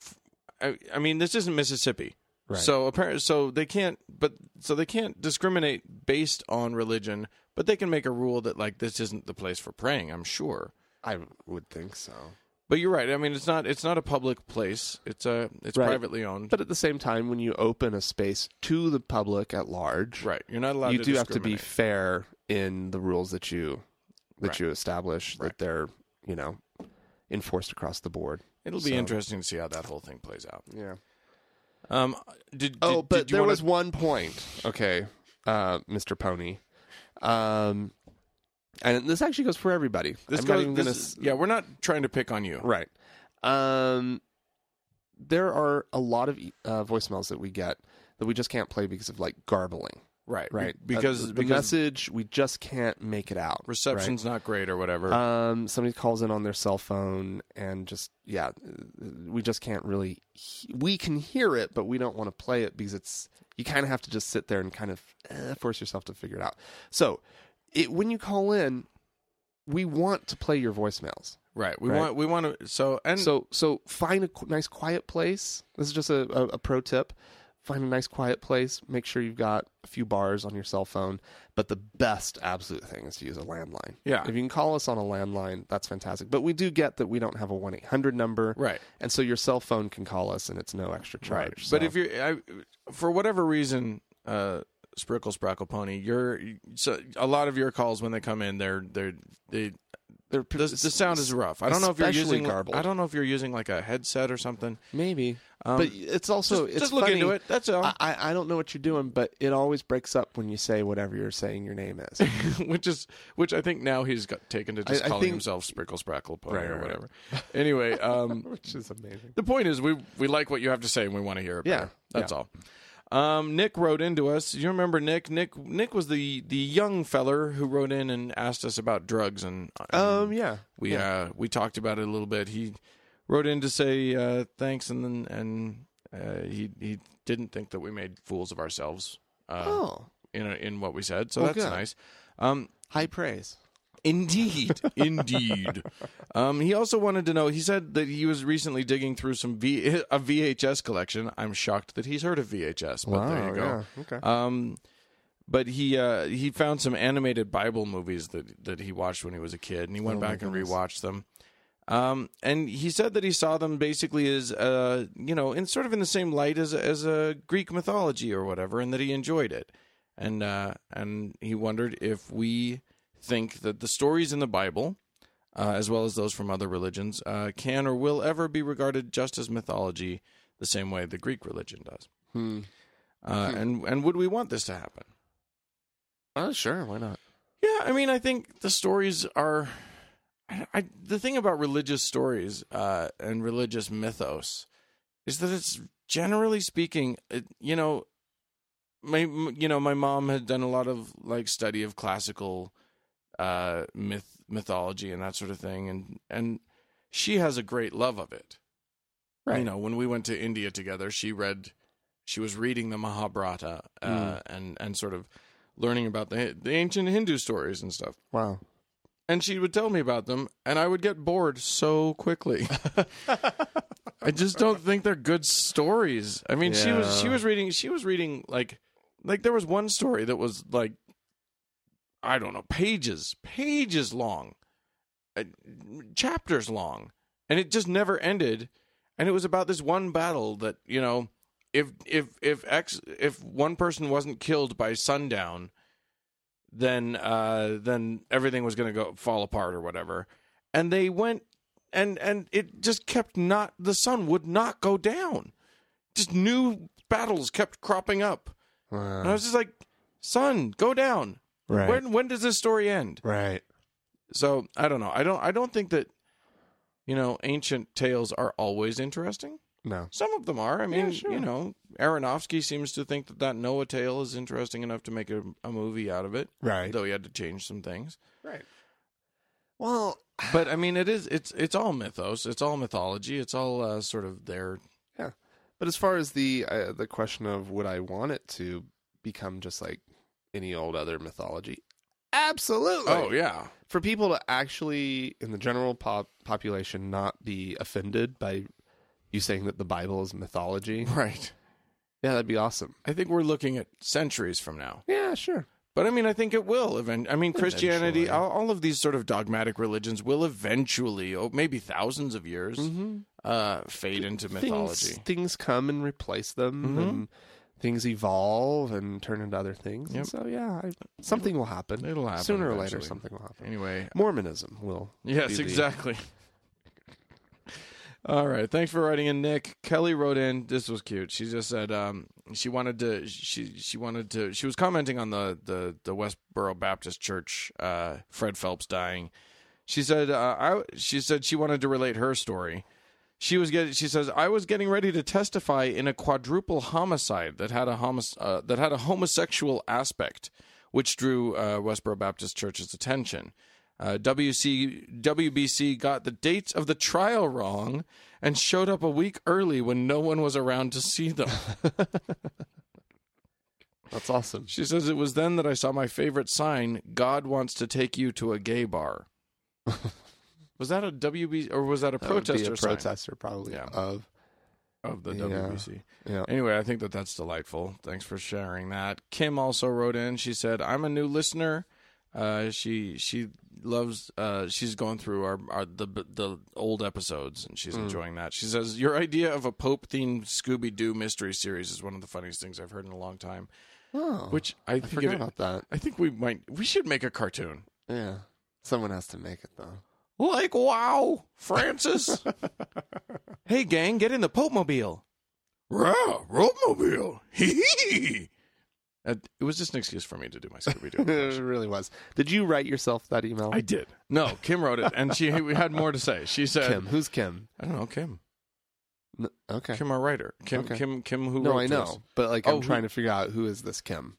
B: f- I, I mean this isn't Mississippi.
A: Right.
B: So apparently so they can't but so they can't discriminate based on religion, but they can make a rule that like this isn't the place for praying, I'm sure.
A: I would think so.
B: But you're right. I mean it's not it's not a public place. It's a it's
A: Right.
B: privately owned.
A: But at the same time, when you open a space to the public at large,
B: right. You're not allowed
A: you
B: to
A: do have to be
B: discriminate.
A: fair in the rules that you that
B: Right.
A: you establish that they're you know enforced across the board.
B: It'll be
A: so-
B: interesting to see how that whole thing plays out.
A: Yeah.
B: Um did,
A: Oh,
B: did-
A: but
B: did you
A: there
B: wanna-
A: was one point. Okay, uh, Mr. Pony. Um, and this actually goes for everybody.
B: This
A: I'm
B: goes,
A: not even
B: this
A: gonna
B: is-
A: s-
B: yeah, we're not trying to pick on you.
A: Right. Um, there are a lot of uh, voicemails that we get that we just can't play because of like garbling.
B: Right.
A: Right.
B: Because,
A: Uh, the, the
B: because
A: message we just can't make it out.
B: reception's not great or whatever.
A: Right? Um, somebody calls in on their cell phone and just yeah, we just can't really. He- we can hear it, but we don't want to play it because it's you kind of have to just sit there and kind of uh, force yourself to figure it out. So, it, when you call in, we want to play your voicemails.
B: right. We
A: right.
B: want we want to so and
A: So so find a qu- nice quiet place. This is just a, a, a pro tip. Find a nice quiet place. Make sure you've got a few bars on your cell phone. But the best absolute thing is to use a landline.
B: Yeah.
A: If you can call us on a landline, that's fantastic. But we do get that we don't have a 1 800 number.
B: Right.
A: And so your cell phone can call us and it's no extra charge.
B: But
A: So-
B: if you're I, for whatever reason, uh Sprickle Sprackle Pony, you're so a lot of your calls when they come in, they're they're they
A: They're-
B: the, the sound is rough. I don't know if you're
A: especially
B: using
A: garbled.
B: I don't know if you're using like a headset or something. <laughs>
A: Maybe, but it's also
B: Um, just-
A: it's
B: just look
A: funny.
B: into it, that's all.
A: I, I I don't know what you're doing, but it always breaks up when you say whatever you're saying your name is. <laughs>
B: which is which I think now he's got taken to just
A: I
B: calling
A: think-
B: himself Sprickle Sprackle Pony
A: Right,
B: or
A: right, right.
B: whatever. anyway, um
A: <laughs> Which is
B: <laughs>
A: amazing.
B: The point is, we we like what you have to say and we want to hear it.
A: Yeah.
B: better. that's all. Um, Nick wrote into us. You remember Nick? Nick Nick was the the young feller who wrote in and asked us about drugs, and, and
A: Um, yeah,
B: we uh, we talked about it a little bit. He wrote in to say uh, thanks, and then and uh, he he didn't think that we made fools of ourselves. Uh,
A: Oh,
B: in in what we said, so
A: Well,
B: that's
A: good.
B: nice. Um,
A: high praise.
B: Indeed, indeed. Um, he also wanted to know. He said that he was recently digging through some v- a VHS collection. I'm shocked that he's heard of VHS, but there you go.
A: Oh, yeah, okay.
B: Um, but he uh, he found some animated Bible movies that that he watched when he was a kid, and he went back and rewatched them. Um, and he said that he saw them basically as uh, you know, in sort of in the same light as as uh, Greek mythology or whatever, and that he enjoyed it. And uh, and he wondered if we think that the stories in the Bible, uh, as well as those from other religions, uh, can or will ever be regarded just as mythology, the same way the Greek religion does.
A: hmm.
B: Uh, and and would we want this to happen?
A: Oh, sure. Why not?
B: Yeah, I mean, I think the stories are. I, I, the thing about religious stories uh, and religious mythos is that it's generally speaking, it, you know, my m- you know my mom had done a lot of like study of classical uh, myth mythology and that sort of thing, and and she has a great love of it. You
A: Right.
B: know, when we went to India together, she read, she was reading the Mahabharata uh, and and sort of learning about the the ancient Hindu stories and stuff.
A: Wow.
B: And she would tell me about them, and I would get bored so quickly. I just don't think they're good stories. I mean, she was
A: Yeah.
B: she was reading she was reading like like there was one story that was like I don't know pages pages long, uh, chapters long, and it just never ended. And it was about this one battle that you know if if if X if one person wasn't killed by sundown, then uh, then everything was going to go fall apart or whatever. And they went and and it just kept not the sun would not go down. Just new battles kept cropping up,
A: Uh,
B: and I was just like, "Sun, go down."
A: Right.
B: When when does this story end?
A: Right.
B: So I don't know. I don't I don't think that you know ancient tales are always interesting.
A: No.
B: Some of them are. I mean,
A: sure.
B: you know, Aronofsky seems to think that that Noah tale is interesting enough to make a, a movie out of it.
A: Right.
B: Though he had to change some things.
A: Right. Well,
B: But I mean, it is it's it's all mythos. It's all mythology. It's all uh, sort of their
A: yeah. But as far as the uh, the question of would I want it to become just like any old other mythology? Absolutely.
B: oh yeah
A: For people to actually, in the general pop- population, not be offended by you saying that the Bible is mythology,
B: right.
A: yeah, that'd be awesome.
B: I think we're looking at centuries from now.
A: Yeah, sure.
B: But I mean, I think it will. Even I mean, Christianity,
A: Eventually.
B: all, all of these sort of dogmatic religions will eventually, oh, maybe thousands of years, uh, fade into mythology. Mm-hmm.
A: Things, things come and replace them, and things evolve and turn into other things. And
B: Yep.
A: so, yeah, I, something will happen.
B: It'll happen
A: sooner or later.
B: eventually.
A: Something will happen.
B: Anyway,
A: Mormonism will.
B: Yes,
A: be the-
B: exactly. All right. Thanks for writing in, Nick. Kelly wrote in. This was cute. She just said um, she wanted to. She she wanted to. She was commenting on the the the Westboro Baptist Church. Uh, Fred Phelps dying. She said. Uh, I. She said she wanted to relate her story. She was getting. She says I was getting ready to testify in a quadruple homicide that had a homos, uh, that had a homosexual aspect, which drew uh, Westboro Baptist Church's attention. Uh, WC, WBC got the dates of the trial wrong and showed up a week early when no one was around to
A: <laughs>
B: see them.
A: That's awesome.
B: She says, It was then that I saw my favorite sign God wants to take you to a
A: <laughs>
B: gay bar. was that a WBC or was that a
A: That would be
B: protester
A: a
B: sign
A: protester, probably.
B: Yeah.
A: Of
B: of the
A: Yeah.
B: WBC?
A: yeah.
B: Anyway, I think that that's delightful. Thanks for sharing that. Kim also wrote in. She said, "I'm a new listener. Uh, she she loves. Uh, she's going through our, our the the old episodes and she's
A: Hmm.
B: enjoying that. She says your idea of a Pope themed Scooby Doo mystery series is one of the funniest things I've heard in a long time.
A: Oh,
B: Which I,
A: I
B: think
A: forgot
B: it-
A: about that.
B: I think we might we should make a cartoon
A: Yeah, someone has to make it though. <laughs>
B: like wow, Francis. hey gang, get in the Pope mobile. Rah, rope
A: <laughs>
B: mobile. Hee hee. Uh, It was just an excuse for me to do my Scooby
A: it <laughs>
B: Doo. impression.
A: really was. Did you write yourself that email?
B: I did. No, Kim wrote it, and she we had more to say. She said,
A: Kim. Who's Kim?
B: "I don't know, Kim.
A: N- okay.
B: Kim, our writer. Kim,
A: Okay.
B: Kim, Kim. Who?
A: no,
B: wrote
A: I know,
B: this.
A: but like
B: Oh,
A: I'm
B: who-
A: trying to figure out who is this Kim.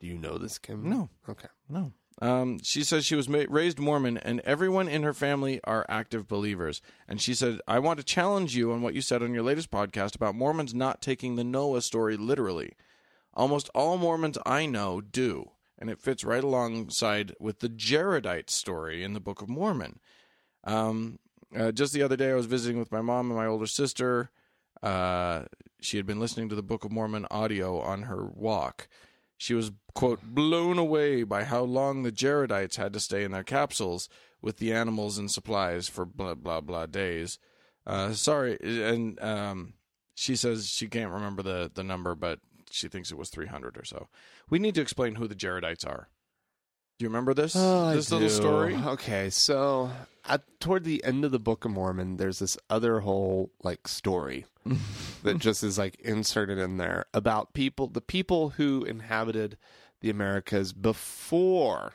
A: Do you know this Kim?
B: No.
A: Okay.
B: No. Um, she says she was ma- raised Mormon, and everyone in her family are active believers. And she said, I want to challenge you on what you said on your latest podcast about Mormons not taking the Noah story literally. Almost all Mormons I know do. and it fits right alongside with the Jaredite story in the Book of Mormon. Um, uh, just the other day, I was visiting with my mom and my older sister. Uh, she had been listening to the Book of Mormon audio on her walk. She was, quote, blown away by how long the Jaredites had to stay in their capsules with the animals and supplies for blah, blah, blah days. Uh, sorry. And um, she says she can't remember the, the number, but she thinks it was 300 or so. We need to explain who the Jaredites are. Do you remember this?
A: Oh,
B: this
A: I
B: little
A: do.
B: story?
A: Okay, so at, toward the end of the Book of Mormon, there's this other whole like
B: <laughs>
A: story that just is like inserted in there about people, the people who inhabited the Americas before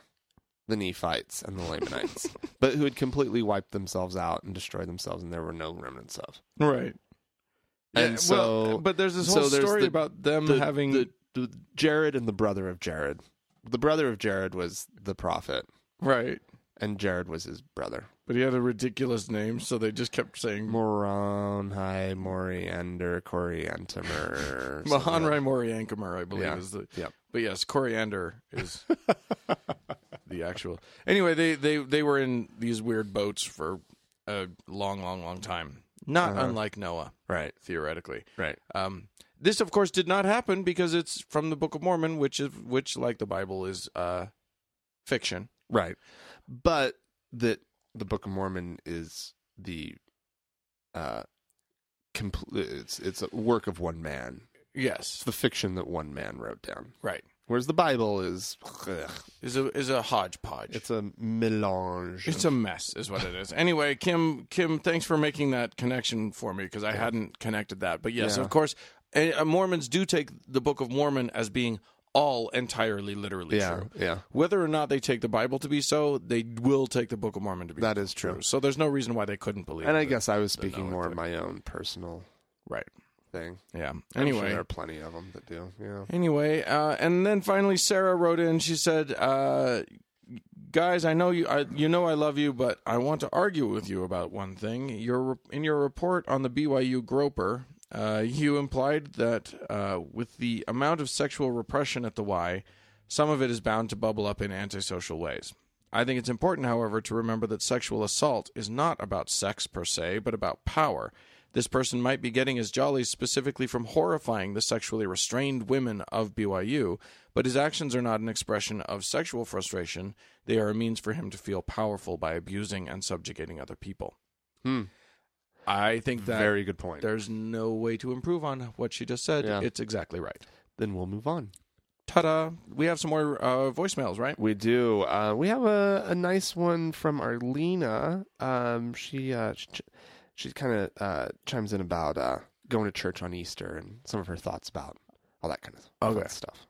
A: the Nephites and the
B: <laughs>
A: Lamanites, but who had completely wiped themselves out and destroyed themselves, and there were no remnants of.
B: Right.
A: And
B: Yeah,
A: so,
B: well, but there's this whole
A: so there's
B: story
A: the-
B: about them
A: the,
B: having
A: the, the Jared and the brother of Jared. The brother of Jared was the prophet,
B: right,
A: and Jared was his brother.
B: but he had a ridiculous name, so they just kept saying
A: Moron, hi, Moriander, <laughs> Coriantumr.
B: Mahan Rai Moriankumar, I believe
A: Yeah.
B: is the.
A: Yep.
B: But yes, coriander
A: <laughs>
B: is the actual. Anyway, they, they they were in these weird boats for a long, long, long time. Not unlike Noah,
A: Uh-huh. Right,
B: theoretically.
A: right.
B: Um, this, of course, did not happen because it's from the Book of Mormon, which is which, like the Bible, is uh, fiction.
A: Right. But that the Book of Mormon is the uh complete it's it's a work of one man. It's
B: Yes,
A: the fiction that one man wrote down.
B: right.
A: Whereas the Bible is
B: Is a is a hodgepodge.
A: it's a melange.
B: It's a mess, is what it is. Anyway, Kim, Kim, thanks for making that connection for me because I hadn't connected that. But yes,
A: Yeah.
B: of course, eh, uh, Mormons do take the Book of Mormon as being all entirely literally
A: yeah,
B: true.
A: yeah.
B: Whether or not they take the Bible to be so, they will take the Book of Mormon to be
A: That is true.
B: So there's no reason why they couldn't believe.
A: And I
B: that.
A: guess I was
B: the
A: speaking
B: Noah
A: more of
B: thing.
A: my own personal
B: right.
A: thing.
B: Yeah.
A: I'm sure
B: Anyway,
A: there are plenty of them that do. Yeah.
B: Anyway, uh, and then finally Sarah wrote in. She said, uh, "Guys, I know you. I, you know I love you, but I want to argue with you about one thing. Your in your report on the BYU Groper, uh, you implied that uh, with the amount of sexual repression at the Y, some of it is bound to bubble up in antisocial ways." I think it's important, however, to remember that sexual assault is not about sex per se, but about power. This person might be getting his jollies specifically from horrifying the sexually restrained women of BYU, but his actions are not an expression of sexual frustration. They are a means for him to feel powerful by abusing and subjugating other people.
A: Hmm.
B: I think that
A: Very good point.
B: there's no way to improve on what she just said.
A: Yeah.
B: It's exactly right.
A: Then we'll move on.
B: Ta da! We have some more uh, voicemails, right?
A: We do. Uh, we have a, a nice one from Arlena. Um, she uh, she, she kind of uh, chimes in about uh, going to church on Easter and some of her thoughts about all that kind of fun
B: Okay.
A: stuff.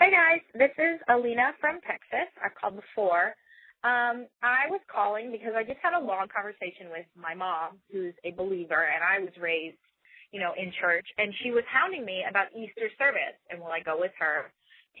E: Hi guys, this is Alina from Texas. I've called before. Um, I was calling because I just had a long conversation with my mom, who's a believer, and I was raised, you know, in church, and she was hounding me about Easter service and will I go with her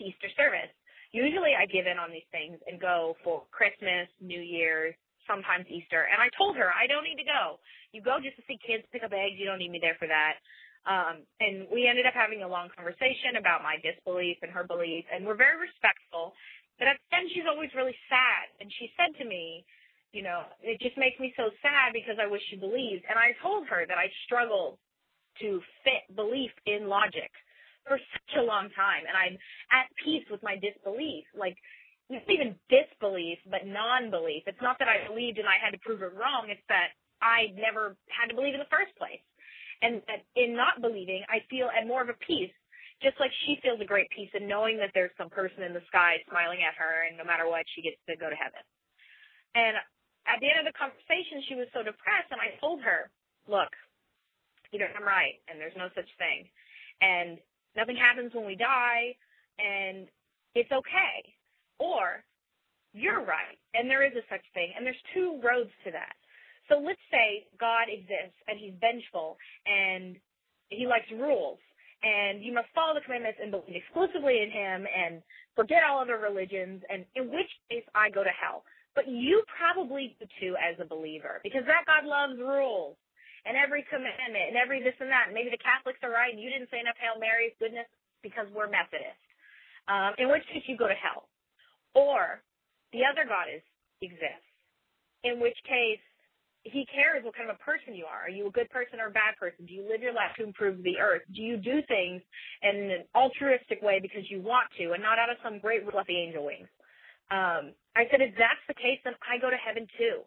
E: to Easter service. Usually I give in on these things and go for Christmas, New Year's, sometimes Easter, and I told her I don't need to go. You go just to see kids pick up eggs, you don't need me there for that. Um, and we ended up having a long conversation about my disbelief and her belief, and we're very respectful. But at the end, she's always really sad. And she said to me, you know, it just makes me so sad because I wish she believed. And I told her that I struggled to fit belief in logic for such a long time. And I'm at peace with my disbelief. Like, not even disbelief, but non belief. It's not that I believed and I had to prove it wrong. It's that I never had to believe in the first place and that in not believing, I feel at more of a peace, just like she feels a great peace in knowing that there's some person in the sky smiling at her, and no matter what, she gets to go to heaven. And at the end of the conversation, she was so depressed, and I told her, "Look, you know I'm right, and there's no such thing, and nothing happens when we die, and it's okay, or you're right, and there is a such thing, and there's two roads to that." So let's say God exists and he's vengeful and he likes rules and you must follow the commandments and believe exclusively in him and forget all other religions and in which case I go to hell. But you probably do too as a believer because that God loves rules and every commandment and every this and that. And maybe the Catholics are right and you didn't say enough Hail Marys, goodness, because we're Methodist. Um, in which case you go to hell. Or the other goddess exists, in which case he cares what kind of a person you are. Are you a good person or a bad person? Do you live your life to improve the earth? Do you do things in an altruistic way because you want to and not out of some great will of the angel wings? Um, I said, if that's the case, then I go to heaven too.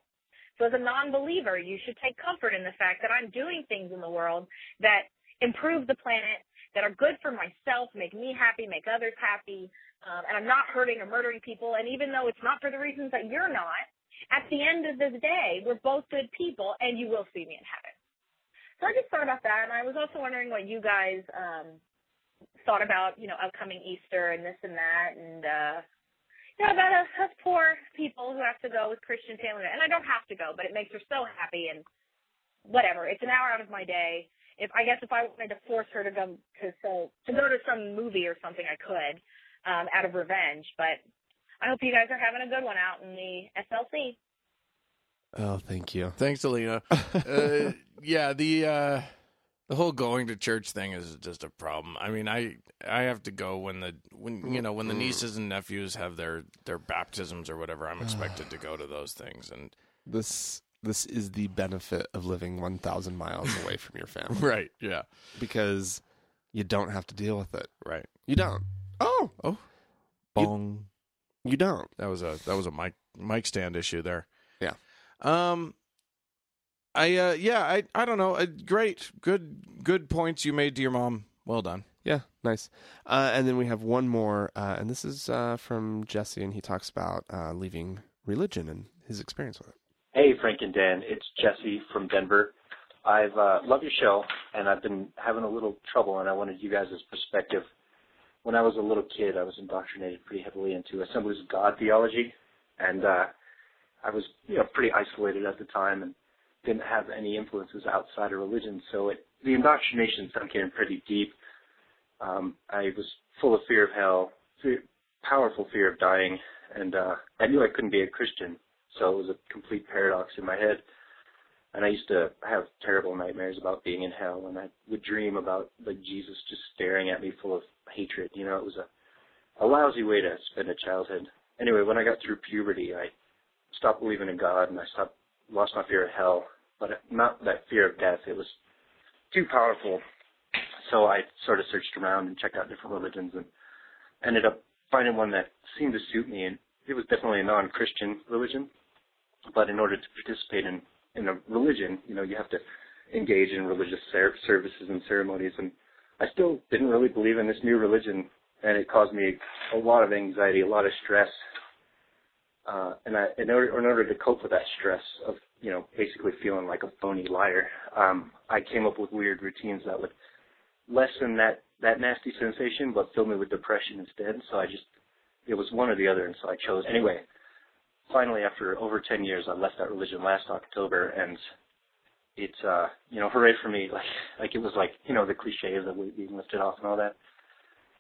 E: So as a non-believer, you should take comfort in the fact that I'm doing things in the world that improve the planet, that are good for myself, make me happy, make others happy, um, and I'm not hurting or murdering people. And even though it's not for the reasons that you're not, at the end of the day, we're both good people, and you will see me in heaven. So I just thought about that, and I was also wondering what you guys um, thought about, you know, upcoming Easter and this and that, and uh, you know, about us, us poor people who have to go with Christian family. And I don't have to go, but it makes her so happy, and whatever. It's an hour out of my day. If I guess if I wanted to force her to go to so to go to some movie or something, I could um, out of revenge, but. I hope you guys are having a good one out in the SLC.
A: Oh, thank you.
B: Thanks, Alina. uh, yeah, the uh, the whole going to church thing is just a problem. I mean, I I have to go when the when you know when the nieces and nephews have their their baptisms or whatever. I'm expected to go to those things, and
A: This this is the benefit of living 1,000 miles away from your <laughs> family
B: right, yeah,
A: because you don't have to deal with it.
B: right.
A: You don't. Oh,
B: Oh, bong.
A: you don't.
B: That was a that was a mic mic stand issue there.
A: Yeah.
B: Um. I uh yeah I I don't know. Uh, great, good good points you made to your mom. Well done.
A: Yeah, nice. Uh, and then we have one more, uh, and this is uh, from Jesse, and he talks about uh, leaving religion and his experience with it.
F: Hey, Frank and Dan, it's Jesse from Denver. I've uh, love your show, and I've been having a little trouble, and I wanted you guys' perspective. When I was a little kid, I was indoctrinated pretty heavily into Assemblies of God theology, and uh, I was you know pretty isolated at the time, and didn't have any influences outside of religion. So it, the indoctrination sunk in pretty deep. Um, I was full of fear of hell, fear, powerful fear of dying, and uh, I knew I couldn't be a Christian, so it was a complete paradox in my head. And I used to have terrible nightmares about being in hell, and I would dream about like Jesus just staring at me full of hatred. You know, it was a, a lousy way to spend a childhood. Anyway, when I got through puberty, I stopped believing in God, and I stopped lost my fear of hell, but not that fear of death. It was too powerful so I sort of searched around and checked out different religions and ended up finding one that seemed to suit me. And it was definitely a non-Christian religion, but in order to participate in in a religion, you know, you have to engage in religious ser- services and ceremonies. And I still didn't really believe in this new religion, and it caused me a lot of anxiety, a lot of stress. Uh, and I, in order, in order to cope with that stress of, you know, basically feeling like a phony liar, um, I came up with weird routines that would lessen that that nasty sensation, but fill me with depression instead. So I just it was one or the other, and so I chose anyway. Finally, after over ten years, I left that religion last October, and it's uh you know hooray for me <laughs> like like it was like you know the cliche of the weight being lifted off and all that.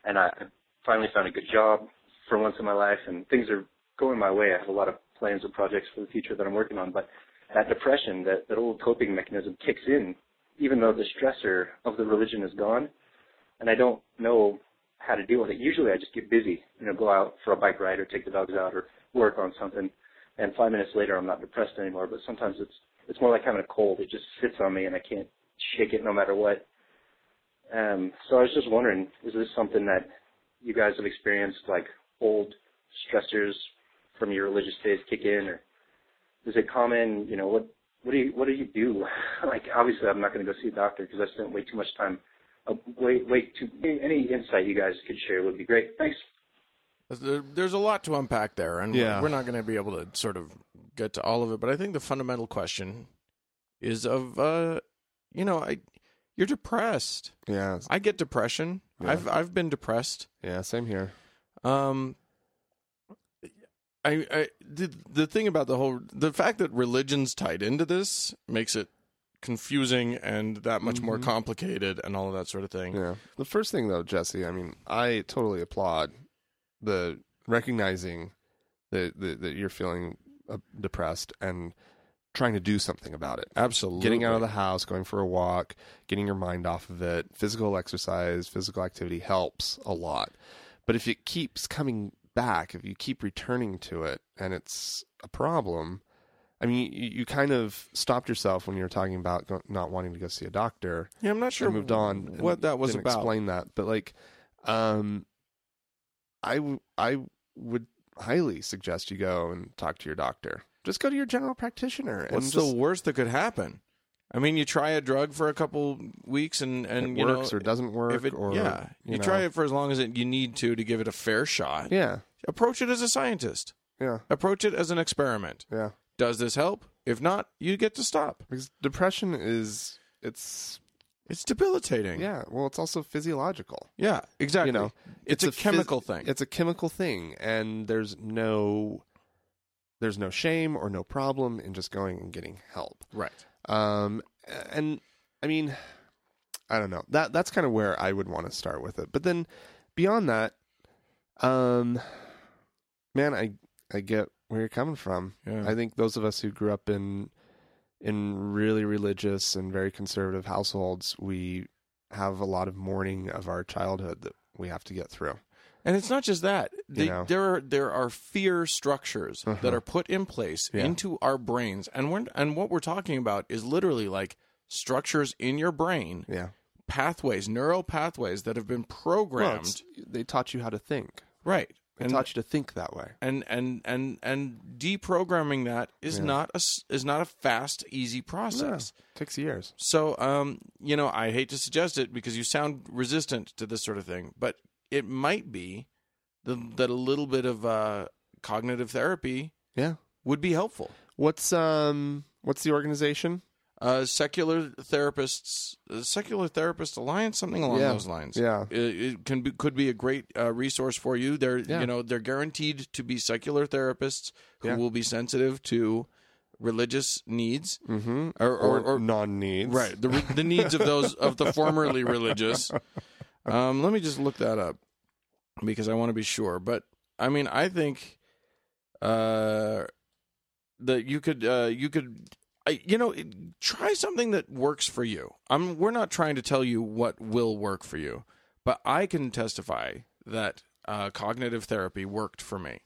F: And I I finally found a good job for once in my life, and things are going my way. I have a lot of plans and projects for the future that I'm working on, but that depression, that that old coping mechanism kicks in even though the stressor of the religion is gone, and I don't know how to deal with it. Usually, I just get busy, you know, go out for a bike ride or take the dogs out or work on something, and five minutes later, I'm not depressed anymore. But sometimes it's it's more like having a cold; it just sits on me, and I can't shake it no matter what. Um, so I was just wondering, is this something that you guys have experienced, like old stressors from your religious days kick in, or is it common? You know, what what do you what do you do? <laughs> like obviously I'm not going to go see a doctor because I spent way too much time. Uh, wait, wait. To any insight you guys could share would be great. Thanks.
B: There- There's a lot to unpack there, and
A: Yeah.
B: we're not going to be able to sort of get to all of it. But I think the fundamental question is of, uh, you know, I you're depressed.
A: Yeah,
B: I get depression. I've I've been depressed.
A: yeah, same here.
B: Um, I, I the, the thing about the whole the fact that religion's tied into this makes it confusing and that much more complicated and all of that sort of thing.
A: Mm-hmm. Yeah. The first thing though, Jesse, I mean, I totally applaud the recognizing that that, that you're feeling uh, depressed and trying to do something about it.
B: Absolutely,
A: Getting out of the house, going for a walk, getting your mind off of it. Physical exercise, physical activity helps a lot. But if it keeps coming back, if you keep returning to it and it's a problem, I mean, you, you kind of stopped yourself when you were talking about go- not wanting to go see a doctor.
B: Yeah, I'm not sure.
A: I moved on. and
B: What that was
A: didn't
B: about?
A: Explain that, but like, um, I w- I would highly suggest you go and talk to your doctor. Just go to your general practitioner.
B: What's
A: and just,
B: the worst that could happen? I mean, you try a drug for a couple weeks and and
A: it
B: you
A: works
B: know,
A: or doesn't work?
B: if it,
A: or
B: yeah, you,
A: know.
B: try it for as long as it, you need to to give it a fair shot.
A: Yeah,
B: Approach it as a scientist.
A: yeah,
B: Approach it as an experiment.
A: yeah.
B: Does this help? If not, you get to stop.
A: Because depression is it's
B: It's debilitating.
A: yeah. Well, it's also physiological.
B: yeah, exactly.
A: You know,
B: it's, a,
A: phys-
B: chemical thing.
A: It's a chemical thing, and there's no there's no shame or no problem in just going and getting help.
B: right.
A: Um, and I mean, I don't know. That that's kind of where I would want to start with it. But then beyond that, um, man, I I get where you're coming from.
B: Yeah.
A: I think those of us who grew up in in really religious and very conservative households, we have a lot of mourning of our childhood that we have to get through.
B: And it's not just that. They,
A: know.
B: There are there are fear structures
A: Uh-huh.
B: that are put in place
A: Yeah.
B: into our brains, and we're, and what we're talking about is literally like structures in your brain,
A: Yeah.
B: pathways, neural pathways that have been programmed.
A: it's- they taught you how to think.
B: right.
A: They
B: and,
A: taught you to think that way.
B: and and and and deprogramming that is
A: Yeah.
B: not a s- is not a fast, easy process.
A: Takes years.
B: So, um, you know, I hate to suggest it because you sound resistant to this sort of thing, but it might be the, that a little bit of uh, cognitive therapy
A: Yeah.
B: would be helpful.
A: What's um what's the organization?
B: Uh, secular therapists, uh, secular therapist alliance, something along
A: Yeah.
B: those lines.
A: Yeah.
B: it, it can be, could be a great uh, resource for you. They're
A: Yeah.
B: you know they're guaranteed to be secular therapists who
A: Yeah.
B: will be sensitive to religious needs
A: Mm-hmm.
B: or,
A: Or,
B: or, or
A: non needs.
B: Right. The, re- the needs of those of the formerly religious. Um, let me just look that up because I want to be sure. But I mean, I think uh, that you could uh, you could I, you know it- try something that works for you. I'm we're not trying to tell you what will work for you, but I can testify that uh, cognitive therapy worked for me.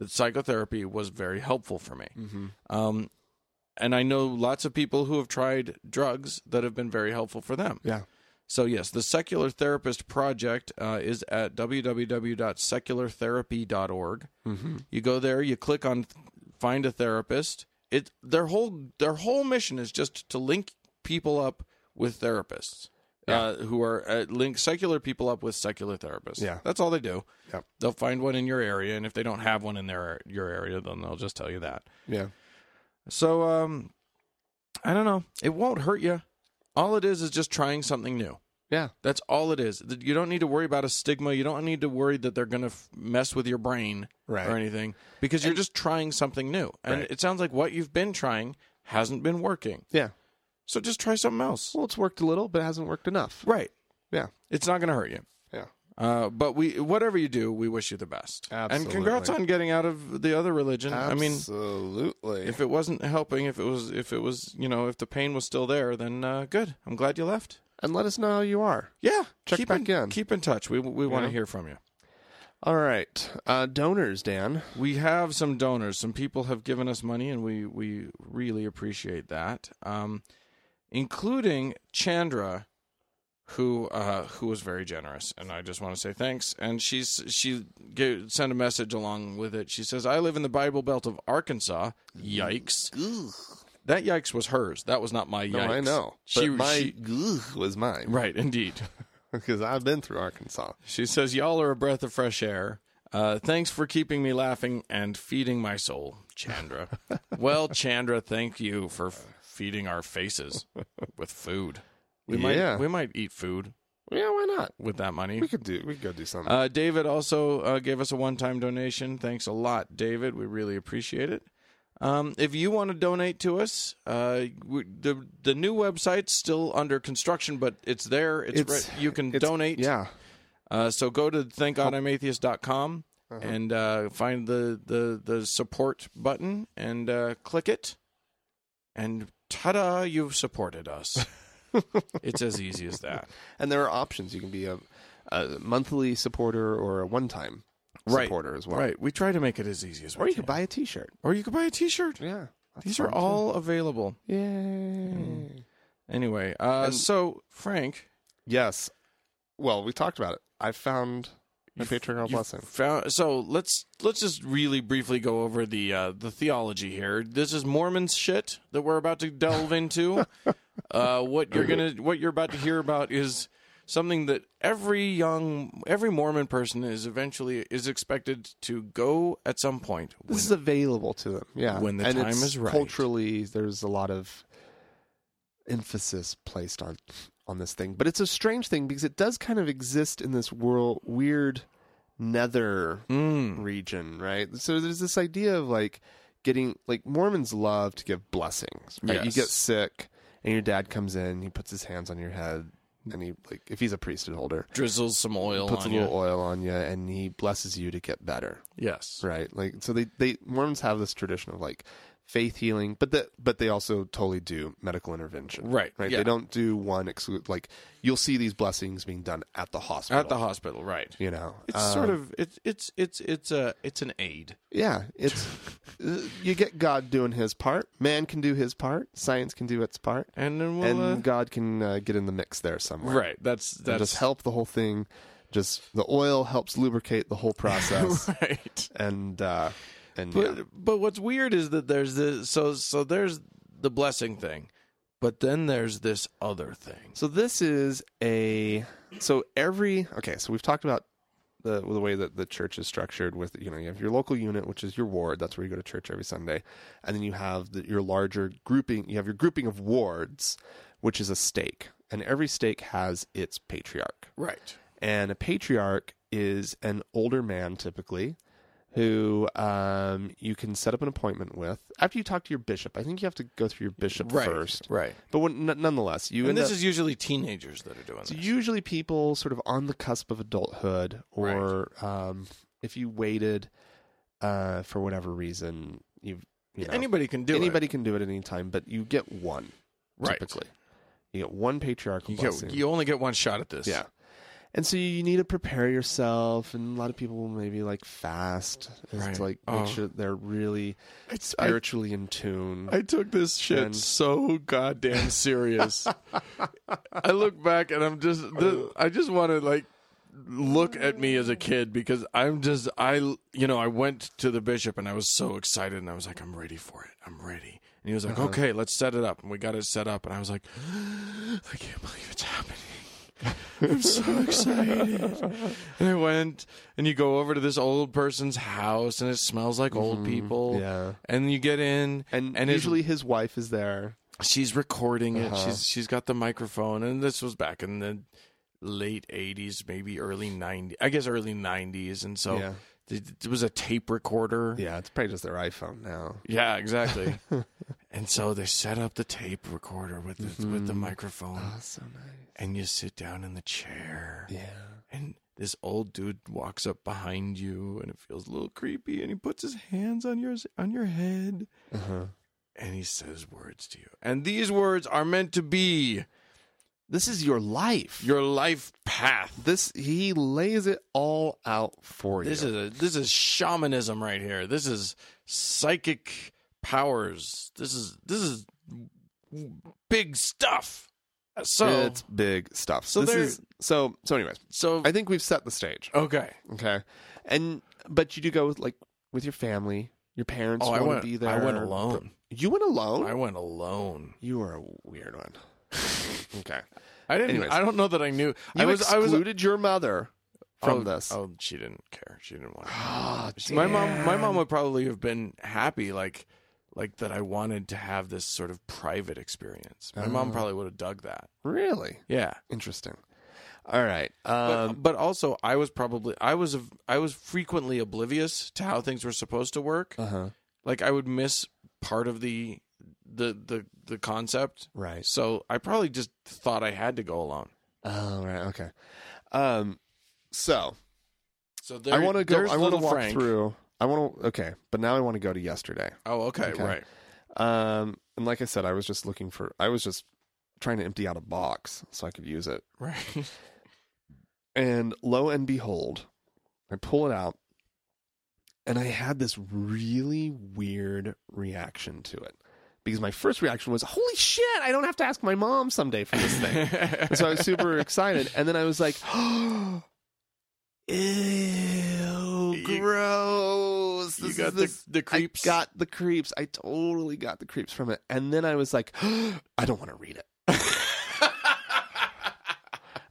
B: That psychotherapy was very helpful for me.
A: Mm-hmm.
B: Um, and I know lots of people who have tried drugs that have been very helpful for them.
A: Yeah.
B: So, yes, the Secular Therapist Project uh, is at www.seculartherapy.org.
A: Mm-hmm.
B: You go there, you click on th- Find a Therapist. It their whole their whole mission is just to link people up with therapists uh, who are uh, link secular people up with secular therapists.
A: Yeah.
B: that's all they do.
A: Yeah.
B: They'll find one in your area, and if they don't have one in their your area, then they'll just tell you that.
A: Yeah.
B: So um I don't know. It won't hurt you. All it is is just trying something new.
A: Yeah.
B: That's all it is. Th- You don't need to worry about a stigma. You don't need to worry that they're going to f- mess with your brain
A: Right.
B: or anything because you're just trying something new. And
A: Right.
B: it sounds like what you've been trying hasn't been working.
A: Yeah.
B: So just try something else.
A: Well, it's worked a little, but it hasn't worked enough.
B: Right.
A: Yeah.
B: It's not going to hurt you.
A: Yeah.
B: Uh, but we, whatever you do, we wish you the best. And congrats
A: Absolutely.
B: on getting out of the other religion. I mean,
A: absolutely.
B: if it wasn't helping if it was if it was you know if the pain was still there then uh, good i'm glad you left
A: and let us know how you are.
B: yeah
A: Check
B: keep
A: back
B: in,
A: in.
B: keep in touch we, we want to hear from you
A: All right. Uh, donors, Dan.
B: we have some donors some people have given us money and we we really appreciate that um, including chandra who uh, who was very generous, and I just want to say thanks. And she's she gave, sent a message along with it. She says, "I live in the Bible Belt of Arkansas. Yikes! That yikes was hers. That was not my yikes.
A: No, I know.
B: She,
A: but my
B: she-
A: ugh was mine
B: right, indeed.
A: because I've been through Arkansas.
B: She says, "Y'all are a breath of fresh air. Uh, thanks for keeping me laughing and feeding my soul,
A: <laughs>
B: Chandra. well, Chandra, thank you for f- feeding our faces with food. We
A: Yeah.
B: might we might eat food
A: Yeah, why not? Um,
B: with that money.
A: We could do. We could go do something.
B: Uh, David also uh, gave us a one time donation. Thanks a lot, David. We really appreciate it. Um, if you want to donate to us, uh, we, the the new website's still under construction, but it's there. It's,
A: It's-
B: re- you can
A: It's- <laughs>
B: donoutate.
A: Yeah.
B: Uh, so go to thankgodimatheist.com
A: Uh-huh.
B: and uh, find the, the the support button and uh, click it, and ta-da! You've supported
A: <laughs>
B: us. it's as easy as that.
A: And there are options. You can be a, a monthly supporter or a one time <laughs>
B: right.
A: supporter as well.
B: Right. We try to make it as easy as we
A: Or you could
B: can.
A: buy a T-shirt.
B: or you could buy a T-shirt.
A: Yeah. that's
B: These are
A: fun, too.
B: all available.
A: Yay. Mm.
B: Anyway, uh, so Frank,
A: Yes. Well, we talked about it. I found my patronal
B: you
A: blessing.
B: found- so let's let's just really briefly go over the uh, the theology here. This is Mormon shit that we're about to
A: <laughs>
B: delve into. uh, what you're gonna what you're about to hear about is something that every young every Mormon person is eventually is expected to go at some point.
A: This is available to them. Yeah.
B: when the
A: and
B: time
A: it's
B: is right.
A: Culturally, there's a lot of emphasis placed on on this thing, but it's a strange thing because it does kind of exist in this world weird nether
B: Hmm.
A: region, right? So there's this idea of like getting like Mormons love to give blessings. Right? You
B: Yes.
A: get sick and your dad comes in, he puts his hands on your head and he like if he's a priesthood holder,
B: drizzles some oil
A: puts a
B: on
A: little
B: you.
A: oil on you and he blesses you to get better
B: Yes.
A: right like so they they mormons have this tradition of like faith healing but that but they also totally do medical intervention
B: Right,
A: right
B: yeah.
A: they don't do one exclude like you'll see these blessings being done at the hospital
B: At the hospital, right.
A: you know Uh,
B: It's sort of it's it's it's it's a it's an aid.
A: yeah
B: <laughs>
A: it's uh, you get god doing his part man can do his part science can do its part
B: And then we'll,
A: and
B: uh,
A: god can uh, get in the mix there somewhere
B: right. That's
A: and
B: that's
A: just help the whole thing just the oil helps lubricate the
B: <laughs>
A: whole process
B: <laughs> right.
A: and uh and
B: But
A: yeah.
B: but what's weird is that there's this so so there's the blessing thing, but then there's this other thing.
A: So this is a so every okay. So we've talked about the the way that the church is structured. With you know you have your local unit, which is your ward. That's where you go to church every Sunday, and then you have the, your larger grouping. You have your grouping of wards, which is a stake, and every stake has its patriarch.
B: Right.
A: And a patriarch is an older man typically. Who um, you can set up an appointment with after you talk to your bishop. I think you have to go through your bishop
B: Right.
A: first,
B: Right.
A: But when, n- nonetheless, you
B: And
A: end
B: this
A: up-
B: is usually teenagers that are doing
A: so
B: this.
A: usually people sort of on the cusp of adulthood, or um, if you waited uh, for whatever reason, you've, you know,
B: Anybody can do
A: anybody
B: it.
A: can do it at any time, but you get one
B: Right.
A: typically. You get one patriarchal
B: You,
A: blessing.
B: get, you only get one shot at this.
A: yeah. And so you need to prepare yourself, and a lot of people will maybe like fast, is
B: Right.
A: to like
B: Oh.
A: make sure they're really spiritually in tune.
B: I took this shit
A: And-
B: so goddamn serious. I look back and I'm just, the, I just want to like look at me as a kid because I'm just, I, you know, I went to the bishop and I was so excited and I was like, I'm ready for it. I'm ready. And he was
A: Uh-huh.
B: like, okay, let's set it up. And we got it set up. And I was like, I can't believe it's happening. I'm so excited. And I went, and you go over to this old person's house, and it smells like old people.
A: Mm-hmm. yeah.
B: And you get in,
A: and
B: and his-
A: usually his wife is there.
B: she's recording it.
A: Uh-huh.
B: She's she's got the microphone, and this was back in the late '80s, maybe early '90s. I guess early '90s, and so
A: Yeah.
B: th- it was a tape recorder.
A: Yeah, it's probably just their iPhone now. <laughs>
B: Yeah, exactly. and so they set up the tape recorder with the, with
A: Mm-hmm.
B: the microphone,
A: so nice.
B: and you sit down in the chair,
A: Uh-huh. Yeah.
B: and this old dude walks up behind you, and it feels a little creepy, and he puts his hands on yours on your head.
A: Uh-huh.
B: And he says words to you. And these words are meant to be
A: This is your life.
B: your life path.
A: this he lays it all out for you.
B: This is a, this is shamanism right here. This is psychic powers. This is this is big stuff. So
A: it's big stuff.
B: So
A: So this
B: there-
A: is so so anyways.
B: so
A: I think we've set the stage.
B: okay.
A: Okay. And but you do go with like with your family. Your parents
B: Oh, I
A: want
B: went.
A: to be there.
B: I went alone.
A: You went alone?
B: I went alone.
A: you are a weird
B: <laughs>
A: one. okay.
B: I didn't.
A: Anyways.
B: I don't know that I knew.
A: You
B: I was. I was
A: excluded your mother from
B: oh,
A: this.
B: Oh, she didn't care. She didn't
A: <gasps>
B: want. To.
A: Ah,
B: my mom. My mom would probably have been happy, like, like that. I wanted to have this sort of private experience. My
A: Oh.
B: mom probably would have dug that.
A: really
B: Yeah.
A: interesting. All right.
B: but, uh,
A: Um,
B: but also I was probably I was I was frequently oblivious to how things were supposed to work.
A: uh-huh.
B: Like I would miss part of the the the the concept.
A: Right.
B: So I probably just thought I had to go alone.
A: Oh, right. Okay. Um, so
B: So there,
A: I want to go.
B: there's
A: I want to
B: little
A: walk
B: Frank.
A: through. I want to. Okay, but now I want to go to yesterday.
B: Oh, okay,
A: Okay.
B: right.
A: Um, and like I said, I was just looking for. I was just trying to empty out a box so I could use it.
B: Right. <laughs>
A: And lo and behold, I pull it out, and I had this really weird reaction to it because my first reaction was, "Holy shit! I don't have to ask my mom someday for this
B: <laughs>
A: thing." and so I was super excited, and then I was like, <gasps> "Ew, gross!
B: you
A: This
B: got
A: is this-
B: the, the creeps.
A: I got the creeps. I totally got the creeps from it." And then I was like, <gasps> "I don't want to
B: <laughs>
A: read it."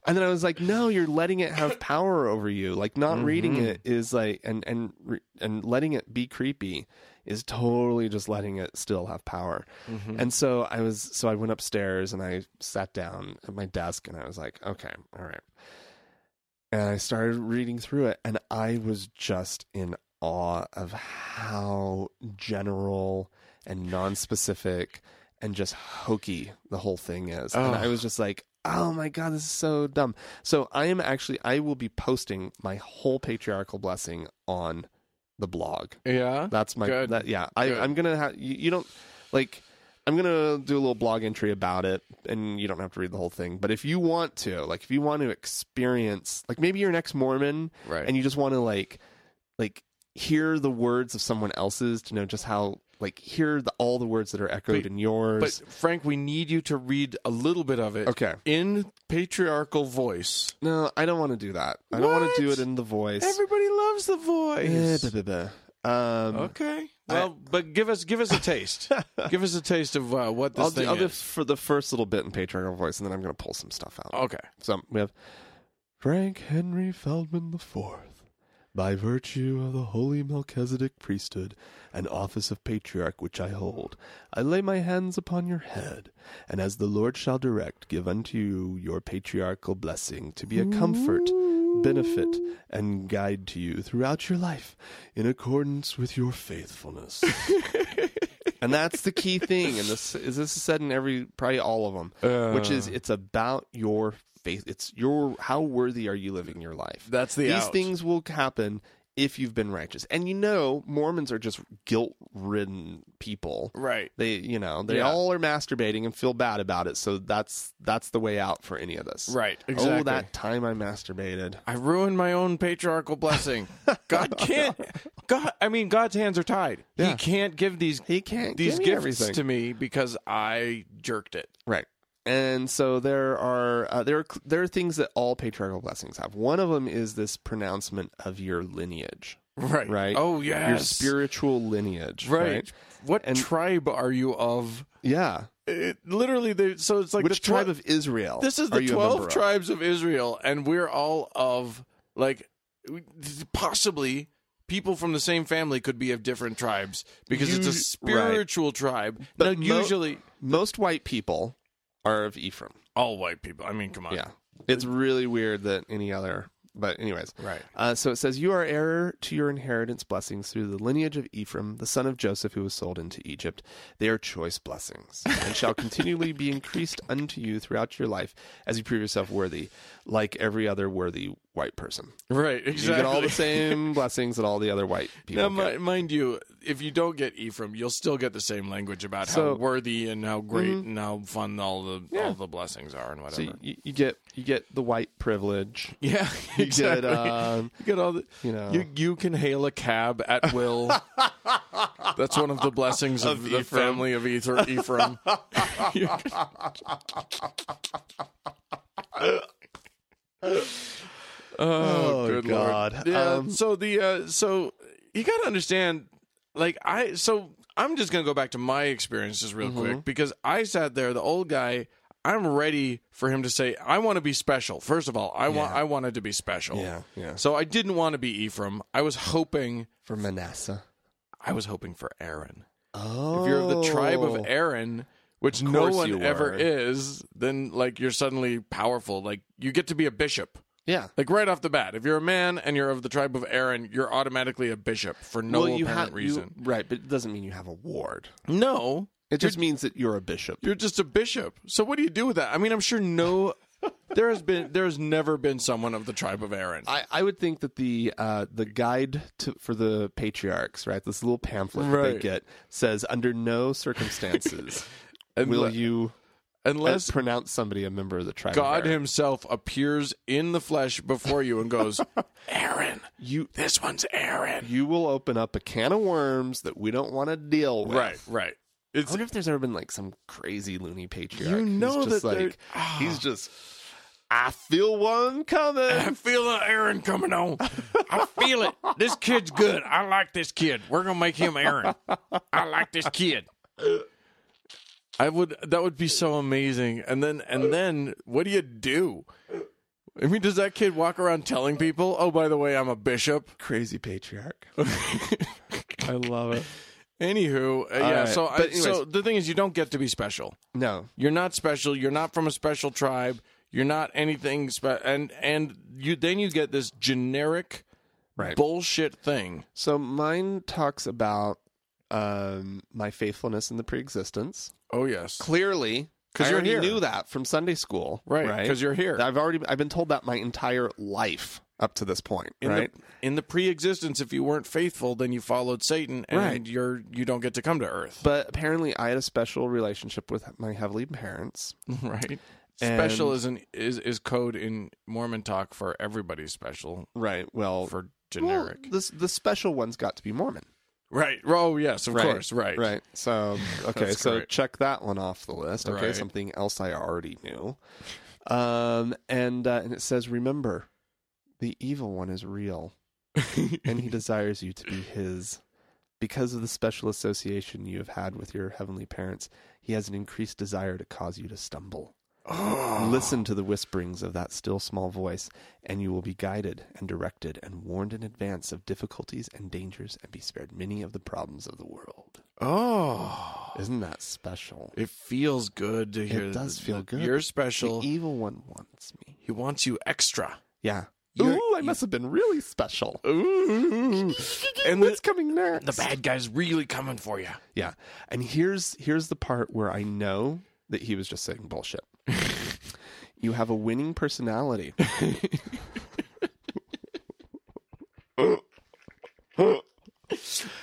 A: And then I was like, "No, you're letting it have power over you. Like not reading
B: Mhm.
A: it is like and and re- and letting it be creepy is totally just letting it still have power."
B: Mhm.
A: And so I was so I went upstairs and I sat down at my desk and I was like, "Okay, all right." And I started reading through it and I was just in awe of how general and non-specific and just hokey the whole thing is. And
B: Oh.
A: I was just like, oh my God, this is so dumb. So I am actually, I will be posting my whole patriarchal blessing on the blog.
B: yeah.
A: That's my,
B: Good.
A: that, yeah. I,
B: Good.
A: I'm going to have, you, you don't, like, I'm going to do a little blog entry about it and you don't have to read the whole thing. But if you want to, like, if you want to experience, like, maybe you're an ex Mormon
B: Right.
A: and you just want to like like hear the words of someone else's to know just how like hear the, all the words that are echoed
B: But-
A: in yours.
B: but Frank, we need you to read a little bit of it.
A: Okay.
B: In patriarchal voice.
A: no, I don't want to do that. I don't want to do
B: What?
A: it in the voice.
B: Everybody loves the
A: Eh,
B: voice.
A: buh, buh, buh. Um,
B: Okay. Well, but give us give us a taste.
A: <laughs>
B: give us a taste of uh, what this
A: I'll
B: thing
A: do, I'll do
B: is.
A: for the first little bit in patriarchal voice, and then I'm going to pull some stuff out.
B: okay.
A: So we have Frank Henry Feldman the Fourth, by virtue of the holy Melchizedek priesthood and office of patriarch which I hold, I lay my hands upon your head, and as the Lord shall direct, give unto you your patriarchal blessing to be a comfort, benefit, and guide to you throughout your life, in accordance with your
B: <laughs>
A: faithfulness. and that's the key thing and this is this is said in every probably all of them
B: Uh.
A: which is it's about your faith it's your how worthy are you living your life
B: That's the
A: these
B: out.
A: things will happen if you've been righteous and you know mormons are just guilt ridden people
B: Right.
A: they you know they
B: Yeah.
A: all are masturbating and feel bad about it so that's that's the way out for any of this
B: Right,
A: oh
B: exactly.
A: that time i masturbated
B: I ruined my own patriarchal blessing.
A: <laughs>
B: God can't. God, I mean, God's hands are tied.
A: Yeah.
B: He can't give these.
A: He can't
B: these
A: give me
B: gifts
A: everything.
B: to me because I jerked it.
A: Right. And so there are uh, there are there are things that all patriarchal blessings have. One of them is this pronouncement of your lineage,
B: Right.
A: right?
B: Oh yes.
A: your spiritual lineage,
B: Right.
A: right?
B: What
A: And-
B: tribe are you of?
A: Yeah.
B: It, literally, they- so it's like
A: Which
B: the twi-
A: tribe of Israel?
B: This is
A: are
B: the
A: you a member
B: twelve
A: of?
B: tribes of Israel, and we're all of like possibly people from the same family could be of different tribes because it's a
A: Us-
B: spiritual tribe.
A: But
B: now,
A: mo-
B: usually,
A: Most white people are of Ephraim.
B: all white people. I mean, come on.
A: Yeah. It's really weird that any other, but anyways.
B: Right.
A: Uh, so it says, You are heir to your inheritance blessings through the lineage of Ephraim, the son of Joseph, who was sold into Egypt. They are choice blessings and shall continually be increased unto you throughout your life as you prove yourself worthy, like every other worthy white person.
B: Right. Exactly.
A: You get all <laughs> the
B: <laughs>
A: same blessings that all the other white people
B: Now,
A: get.
B: mi- mind you, if you don't get Ephraim, you'll still get the same language about how
A: So- Mm-hmm.
B: worthy and how great and how fun all the all the blessings are and
A: So
B: whatever.
A: you, you get you get the white privilege.
B: <laughs> yeah,
A: <laughs> You
B: exactly.
A: get um,
B: You get all the
A: you know.
B: you you can hail a cab at
A: <laughs>
B: will. That's one of the blessings of, the family of Ether,
A: <laughs>
B: Ephraim. <laughs> Oh, You can- oh, good Lord.
A: God.
B: Yeah.
A: Um,
B: so the uh, so you got to understand, like I so I'm just gonna go back to my experiences
A: Mm-hmm.
B: real quick because I sat there, the old guy. I'm ready for him to say, "I want to be special." First of all, I want I wanted to be special.
A: Yeah, yeah.
B: So I didn't want to be Ephraim. I was hoping
A: For Manasseh.
B: I was hoping for Aaron.
A: Oh.
B: If you're the tribe of Aaron, which no
A: course you
B: one
A: were.
B: ever is, then like you're suddenly powerful. Like you get to be a bishop.
A: Yeah.
B: Like right off the bat, if you're a man and you're of the tribe of Aaron, you're automatically a bishop for no
A: you
B: apparent
A: ha- you-
B: reason.
A: right, but it doesn't mean you have a ward.
B: No,
A: It just means that you're a bishop.
B: you're just a bishop. So what do you do with that? I mean, I'm sure
A: <laughs>
B: no, there has been, there has never been someone of the tribe of Aaron.
A: I, I would think that the uh, the guide to, for the patriarchs, right? This little pamphlet that
B: Right. <laughs>
A: they get says, under no circumstances will
B: le-
A: you
B: unless
A: pronounce somebody a member of the tribe. of
B: God
A: Aaron.
B: Himself appears in the flesh before you and goes,
A: <laughs>
B: Aaron,
A: You
B: this one's Aaron.
A: you will open up a can of worms that we don't want to deal with.
B: Right, right.
A: I
B: It's
A: wonder if there's ever been like some crazy loony patriarch.
B: You know
A: who's just
B: that there- Ah.
A: like he's just. I feel one
B: I
A: coming.
B: <laughs> feel an Aaron coming on. I feel it. This kid's good. I like this kid. We're gonna make him Aaron. I like this kid. I would. That would be so amazing. And then, and then, what do you do? I mean, does that kid walk around telling people, "Oh, by the way, I'm a bishop"?
A: Crazy patriarch. I love it.
B: <laughs> Anywho, uh,
A: All
B: yeah.
A: right.
B: So, I,
A: But
B: so
A: anyways-
B: the thing is, you don't get to be special.
A: No,
B: You're not special. You're not from a special tribe. You're not anything special. And and you then you get this generic
A: right.
B: bullshit thing.
A: So mine talks about um, my faithfulness in the preexistence.
B: Oh yes,
A: Clearly,
B: 'Cause
A: I
B: you're
A: already
B: here.
A: knew that from Sunday school,
B: right because you're here
A: I've already I've been told that my entire life up to this point,
B: in
A: right?
B: The, in the pre-existence, if you weren't faithful, then you followed Satan, and
A: Right.
B: you're you don't get to come to Earth,
A: but apparently, I had a special relationship with my heavenly parents.
B: <laughs> right?
A: And-
B: special is an is is code in Mormon talk for everybody's special
A: Right. Well,
B: for
A: well,
B: generic,
A: this the special ones got to be Mormon.
B: right? Oh yes, of course, right,
A: Right. <laughs> So okay,
B: That's
A: so
B: great.
A: check that one off the list. Okay,
B: Right.
A: something else I already knew. Um, and uh, and it says, remember, the evil one is real, and he desires you to be his. Because of the special association you have had with your heavenly parents, he has an increased desire to cause you to stumble. Listen to the whisperings of that still small voice, and you will be guided and directed and warned in advance of difficulties and dangers and be spared many of the problems of the world.
B: Oh,
A: Isn't that special?
B: it feels good to hear.
A: It does
B: that-
A: feel
B: that
A: good. e
B: You're special.
A: The evil one wants me.
B: He wants you extra.
A: Yeah. e
B: You're-
A: Ooh, I must have been really special.
B: Ooh,
A: And
B: and
A: what's
B: the,
A: coming next?
B: the bad guy's really coming for you.
A: Yeah. And here's here's the part where I know that he was just saying <laughs> bullshit. you have a winning <laughs> personality.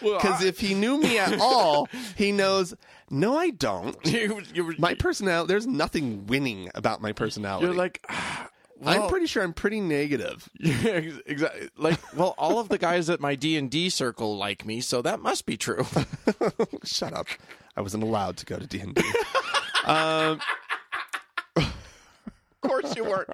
B: Well,
A: Because if he knew me <laughs> at all, he knows. No, I don't.
B: <laughs>
A: <laughs>
B: you, you were-
A: My personality. There's nothing winning about my personality.
B: You're like, "Ah,
A: <sighs> I'm
B: <sighs> well-
A: pretty sure I'm pretty negative.
B: <laughs>
A: <laughs>
B: yeah, ex- exactly. Like, well, all of the guys at my D and D circle like me, so that must be true. <laughs>
A: Shut up. I wasn't allowed to go to D and D.
B: of course
A: <laughs>
B: you weren't.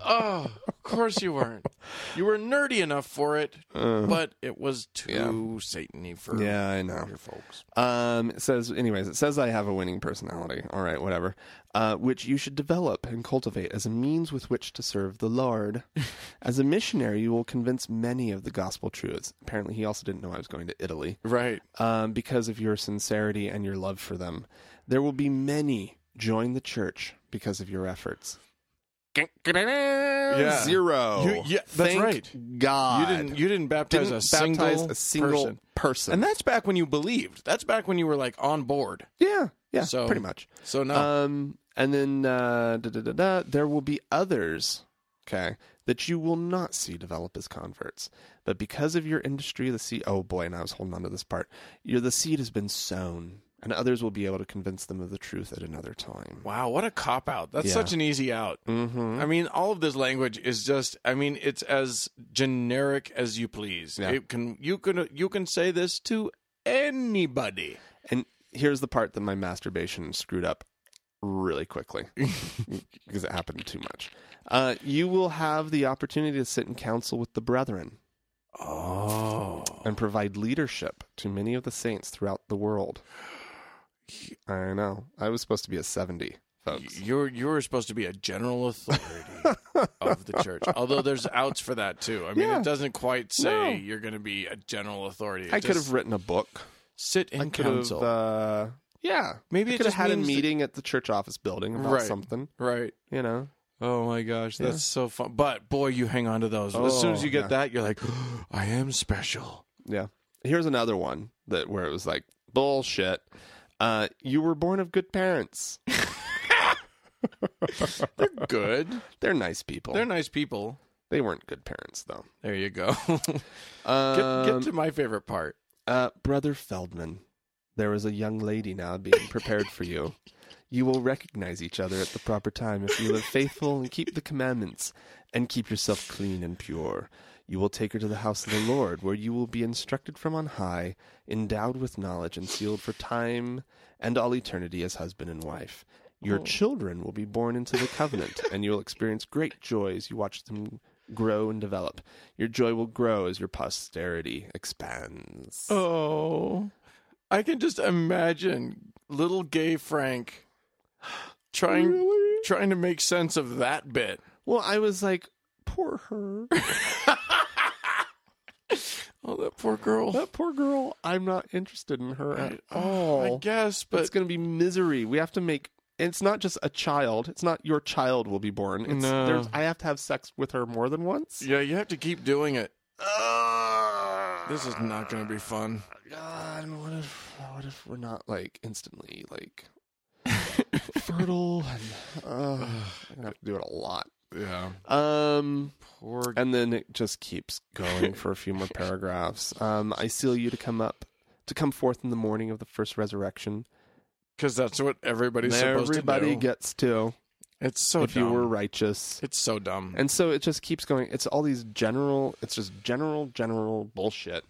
B: Oh, of course you weren't. You were nerdy enough for it, but it was too satany for
A: Uh. Yeah, I know.
B: your folks.
A: Um, it says, anyways, it says I have a winning personality. All right, whatever. Uh, which you should develop and cultivate as a means with which to serve the Lord. as a missionary, you will convince many of the gospel truths. Apparently, he also didn't know I was going to Italy
B: Right.
A: um, because of your sincerity and your love for them. There will be many join the church because of your efforts.
B: Yeah.
A: Zero.
B: You- yeah, that's
A: Thank
B: right. You
A: God.
B: didn't. You didn't baptize
A: Didn't
B: a single
A: baptize a single
B: person.
A: person.
B: And that's back when you believed. That's back when you were like on board.
A: yeah, yeah,
B: So-
A: pretty much.
B: So now,
A: Um, and then uh, da, da, da, da, there will be others, okay, that you will not see develop as converts. But because of your industry, the seed. Oh boy, and I was holding on to this part. Your the seed has been sown, and others will be able to convince them of the truth at another time.
B: wow, what a cop out. That's
A: Yeah.
B: such an easy out.
A: Mm-hmm.
B: I mean, all of this language is just. I mean, it's as generic as you please.
A: Yeah.
B: It can you can you can say this to anybody.
A: And here's the part that my masturbation screwed up really quickly <laughs> because it happened too much. Uh, you will have the opportunity to sit in council with the brethren.
B: Oh,
A: and provide leadership to many of the saints throughout the world. I know. I was supposed to be a 70, folks.
B: you're you're supposed to be a
A: <laughs>
B: general authority of the church. Although there's outs for that too. I mean,
A: Yeah.
B: it doesn't quite say
A: No.
B: you're going to be a general authority. It
A: I could
B: just-
A: have written a book.
B: sit in
A: I could
B: council.
A: have, uh, yeah.
B: Maybe
A: I
B: it
A: could have
B: just
A: had a
B: means that-
A: meeting at the church office building about
B: Right.
A: something,
B: right.
A: you know?
B: Oh my gosh, that's so fun. But boy, you hang on to those. as soon as
A: Oh,
B: you get
A: yeah.
B: that, you're like, <gasps> I am special.
A: Yeah. Here's another one that where it was like, bullshit. Uh, you were born of good parents. <laughs>
B: Good.
A: They're nice people.
B: They're nice people.
A: They weren't good parents, though.
B: There you go. <laughs> get,
A: Um,
B: get to my favorite part.
A: Uh, Brother Feldman, there is a young lady now being prepared for you. You will recognize each other at the proper time if you live faithful and keep the commandments and keep yourself clean and pure. You will take her to the house of the Lord, where you will be instructed from on high, endowed with knowledge, and sealed for time and all eternity as husband and wife. Your children will be born into the covenant, and you will experience great joy as you watch them grow and develop. Your joy will grow as your posterity expands.
B: Oh, I can just imagine little gay Frank trying trying to make sense of that bit.
A: Well, I was like, poor
B: <laughs>
A: her.
B: Oh, that poor girl.
A: That poor girl. I'm not interested in her at all.
B: I guess,
A: But
B: but
A: it's going to be misery. We have to make. It's not just a child. It's not your child will be born. It's,
B: No.
A: there's, I have to have sex with her more than once.
B: yeah, you have to keep doing it. This is not going to be fun.
A: God, and what if what if we're not like instantly
B: <laughs>
A: like fertile? And, uh, I'm gonna have to do it a lot.
B: Yeah,
A: Um,
B: poor.
A: and then it just keeps going for a few
B: <laughs>
A: more paragraphs. Um, I seal you to come up, to come forth in the morning of the first resurrection.
B: Because that's what everybody's supposed to
A: Everybody
B: do.
A: gets to
B: it's so
A: if
B: dumb.
A: you were righteous.
B: it's so dumb.
A: And so it just keeps going. It's all these general, it's just general, general bullshit,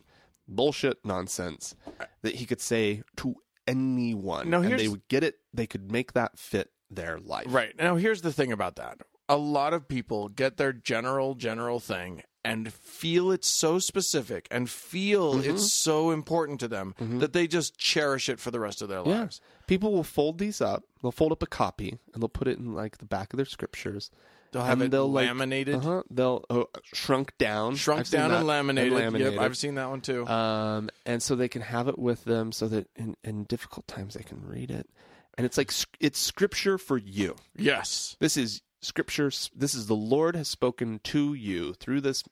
A: bullshit nonsense that he could say to anyone.
B: Now
A: and they
B: here's-
A: would get it. They could make that fit their life.
B: Right. Now, here's the thing about that. A lot of people get their general, general thing and feel it's so specific and feel
A: Mm-hmm.
B: it's so important to them that they just cherish it for the rest of their
A: Yeah.
B: lives.
A: People will fold these up. They'll fold up a copy and they'll put it in like the back of their scriptures.
B: They'll have
A: And
B: it
A: they'll, like,
B: laminated,
A: Uh-huh. They'll oh, shrunk down,
B: shrunk
A: I've seen
B: down
A: that.
B: and laminated.
A: laminated.
B: Yep, I've seen that one too.
A: um, and so they can have it with them, so that in, in difficult times they can read it. And it's like sc- it's scripture for you.
B: yes.
A: This is scripture. This is the Lord has spoken to you through this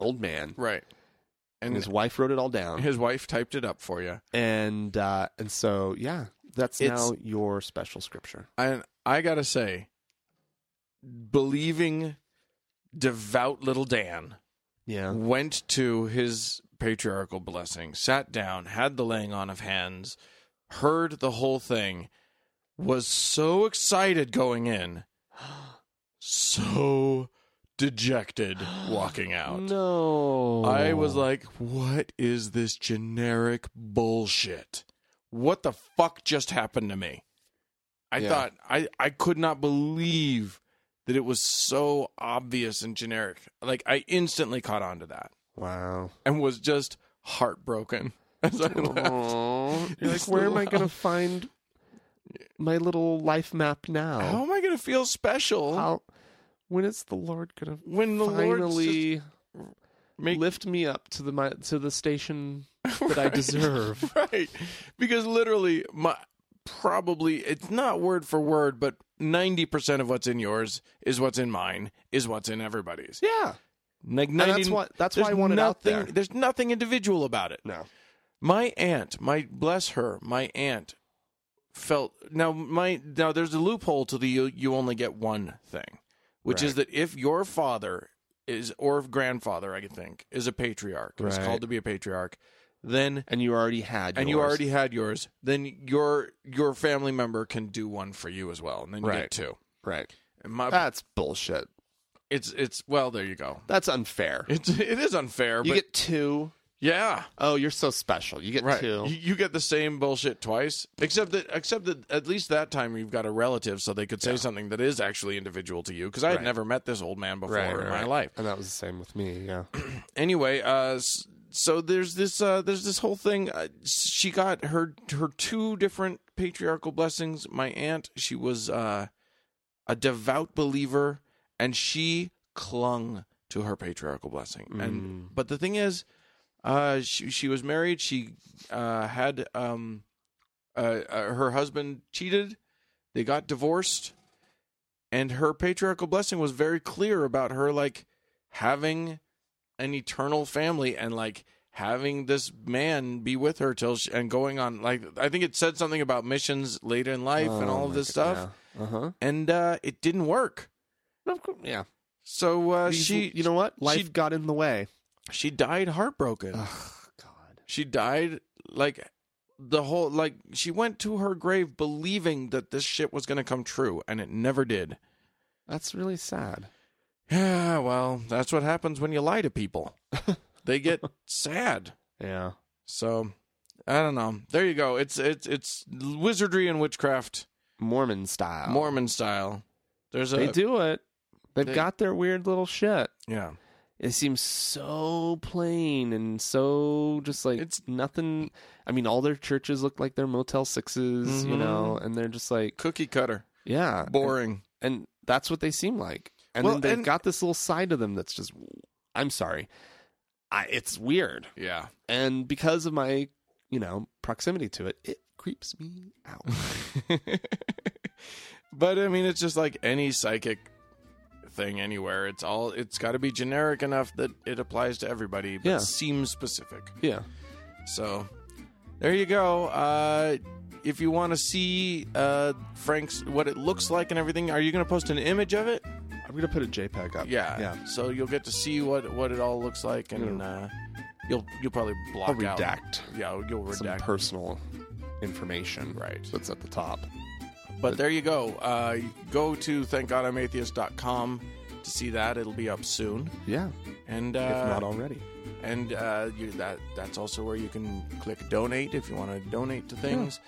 A: old man.
B: Right.
A: And
B: And
A: his
B: his,
A: wife wrote it all down.
B: wife typed it up for you.
A: And uh, and so yeah, that's
B: It's-
A: now your special scripture.
B: And I got to say, believing devout little Dan.
A: Yeah.
B: went to his patriarchal blessing, sat down, had the laying on of hands, heard the whole thing, was so excited
A: <gasps>
B: going in, so
A: <gasps>
B: dejected walking out.
A: No.
B: I was like, what is this generic bullshit? What the fuck just happened to me? I
A: Yeah.
B: thought I, I could not believe that it was so obvious and generic. Like I instantly caught on to that
A: wow.
B: and was just heartbroken <laughs> as I
A: Oh.
B: left.
A: Aw. You're like,
B: This
A: where am
B: little
A: I going to
B: elf.
A: find my little life map
B: How
A: now?
B: am I going to feel special
A: How? When is the Lord going to
B: when the Lord just
A: finally
B: make
A: lift me up to the my, to the
B: <laughs>
A: station that I deserve?
B: <laughs> right? Because literally, my probably it's not word for word, but ninety percent of what's in yours is what's in mine is what's in everybody's.
A: yeah.
B: Like
A: that's
B: 90
A: why- that's why I
B: there's
A: want it out
B: nothing-
A: there.
B: There's nothing individual about it.
A: No.
B: my aunt my bless her my aunt felt now my now there's a loophole to the you, you only get one thing which is that if your father is or grandfather i could think is a patriarch is
A: Right.
B: called to be a patriarch then
A: and you already had
B: and you
A: yours.
B: already had yours then your your family member can do one for you as well and then you
A: Right.
B: get two
A: right
B: and my
A: that's bullshit
B: it's it's well there you go
A: that's unfair
B: it's it is unfair
A: you
B: but
A: get two
B: yeah
A: oh you're so special you get two
B: You, you get the same bullshit twice, except that except that at least that time you've got a relative, so they could say something that is actually individual to you. Because I had
A: Right.
B: never met this old man before in my
A: right.
B: life.
A: and that was the same with me yeah
B: Anyway, uh, s- so there's this uh, there's this whole thing. Uh, she got her her two different patriarchal blessings. My aunt, she was uh, a devout believer, and she clung to her patriarchal blessing.
A: Mm.
B: And but the thing is, uh, she she was married. She uh, had um, uh, uh, her husband cheated. They got divorced, and her patriarchal blessing was very clear about her like having an eternal family and like having this man be with her till she, and going on like I think it said something about missions later in life and
A: Oh
B: all of
A: my
B: this
A: g-
B: stuff,
A: yeah. uh-huh
B: and uh, it didn't work.
A: No, of course- yeah
B: So uh,
A: These-
B: she
A: you know what life
B: she-
A: got in the way
B: she died heartbroken.
A: Ugh, Oh, god
B: She died like the whole like she went to her grave believing that this shit was going to come true and it never did. <sighs>
A: That's really sad.
B: Yeah, well, that's what happens when you lie to
A: <laughs>
B: people. they get sad.
A: Yeah.
B: So, I don't know. There you go. It's it's it's wizardry and witchcraft,
A: Mormon style.
B: Mormon style. There's a
A: They do it. They've
B: They-
A: got their weird little shit.
B: yeah.
A: It seems so plain and so just like
B: It's-
A: it's nothing. I mean, all their churches look like they're Motel 6s you know, and they're just like,
B: Cookie cutter.
A: yeah, <laughs>
B: Boring.
A: and, and that's what they seem like. And
B: Well,
A: then they've
B: and-
A: got this little side to them that's just, I'm sorry, I, it's weird,
B: Yeah.
A: and because of my, you know, proximity to it, it creeps me <laughs> out.
B: <laughs> but I mean, it's just like any psychic thing anywhere. It's all it's got to be generic enough that it applies to everybody, but
A: Yeah.
B: seems specific.
A: yeah,
B: So there you go. Uh, if you want to see uh, Frank's what it looks like and everything, are you going to post an image of it?
A: I'm gonna put a JPEG up.
B: Yeah.
A: yeah.
B: So you'll get to see what what it all looks like, and uh, you'll you'll probably block
A: I'll
B: out.
A: redact
B: Yeah, you'll
A: some
B: redact.
A: personal information.
B: Right.
A: that's at the top.
B: But there you go. Uh, go to thankgodimatheist.com to see that. It'll be up soon.
A: Yeah,
B: And uh,
A: if not already.
B: and uh, you, that that's also where you can click donate if you want to donate to things.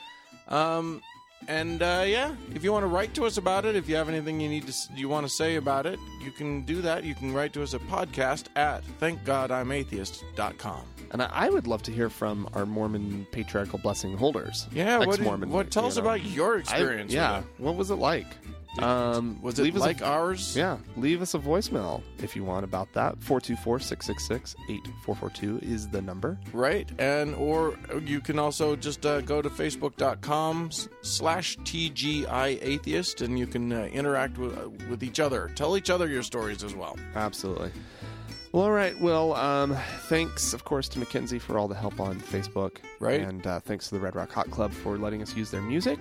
A: Hmm.
B: Um, and uh, yeah, if you want to write to us about it, if you have anything you need to s- you want to say about it, you can do that. You can write to us at podcast at thankgodimatheist.com.
A: And I, I would love to hear from our Mormon patriarchal blessing holders.
B: Yeah, what,
A: Ex-Mormon,
B: what tell
A: you
B: us
A: know.
B: about your
A: I-
B: experience? with
A: yeah,
B: it.
A: what was it like? Um,
B: was it
A: leave us a-
B: like ours?
A: Yeah, leave us a voicemail if you want about that. 424 666 8442 is the number.
B: right and or you can also just uh, go to facebook.com s- slash tgi atheist and you can uh, interact with, uh, with each other tell each other your stories as well
A: Absolutely. Well, all right. Well, um, thanks, of course, to Mackenzie for all the help on Facebook.
B: Right.
A: And uh, thanks to the Red Rock Hot Club for letting us use their music.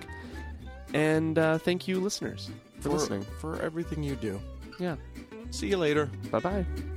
A: And uh, thank you, listeners, for listening.
B: for everything you do
A: Yeah.
B: see you later
A: Bye bye.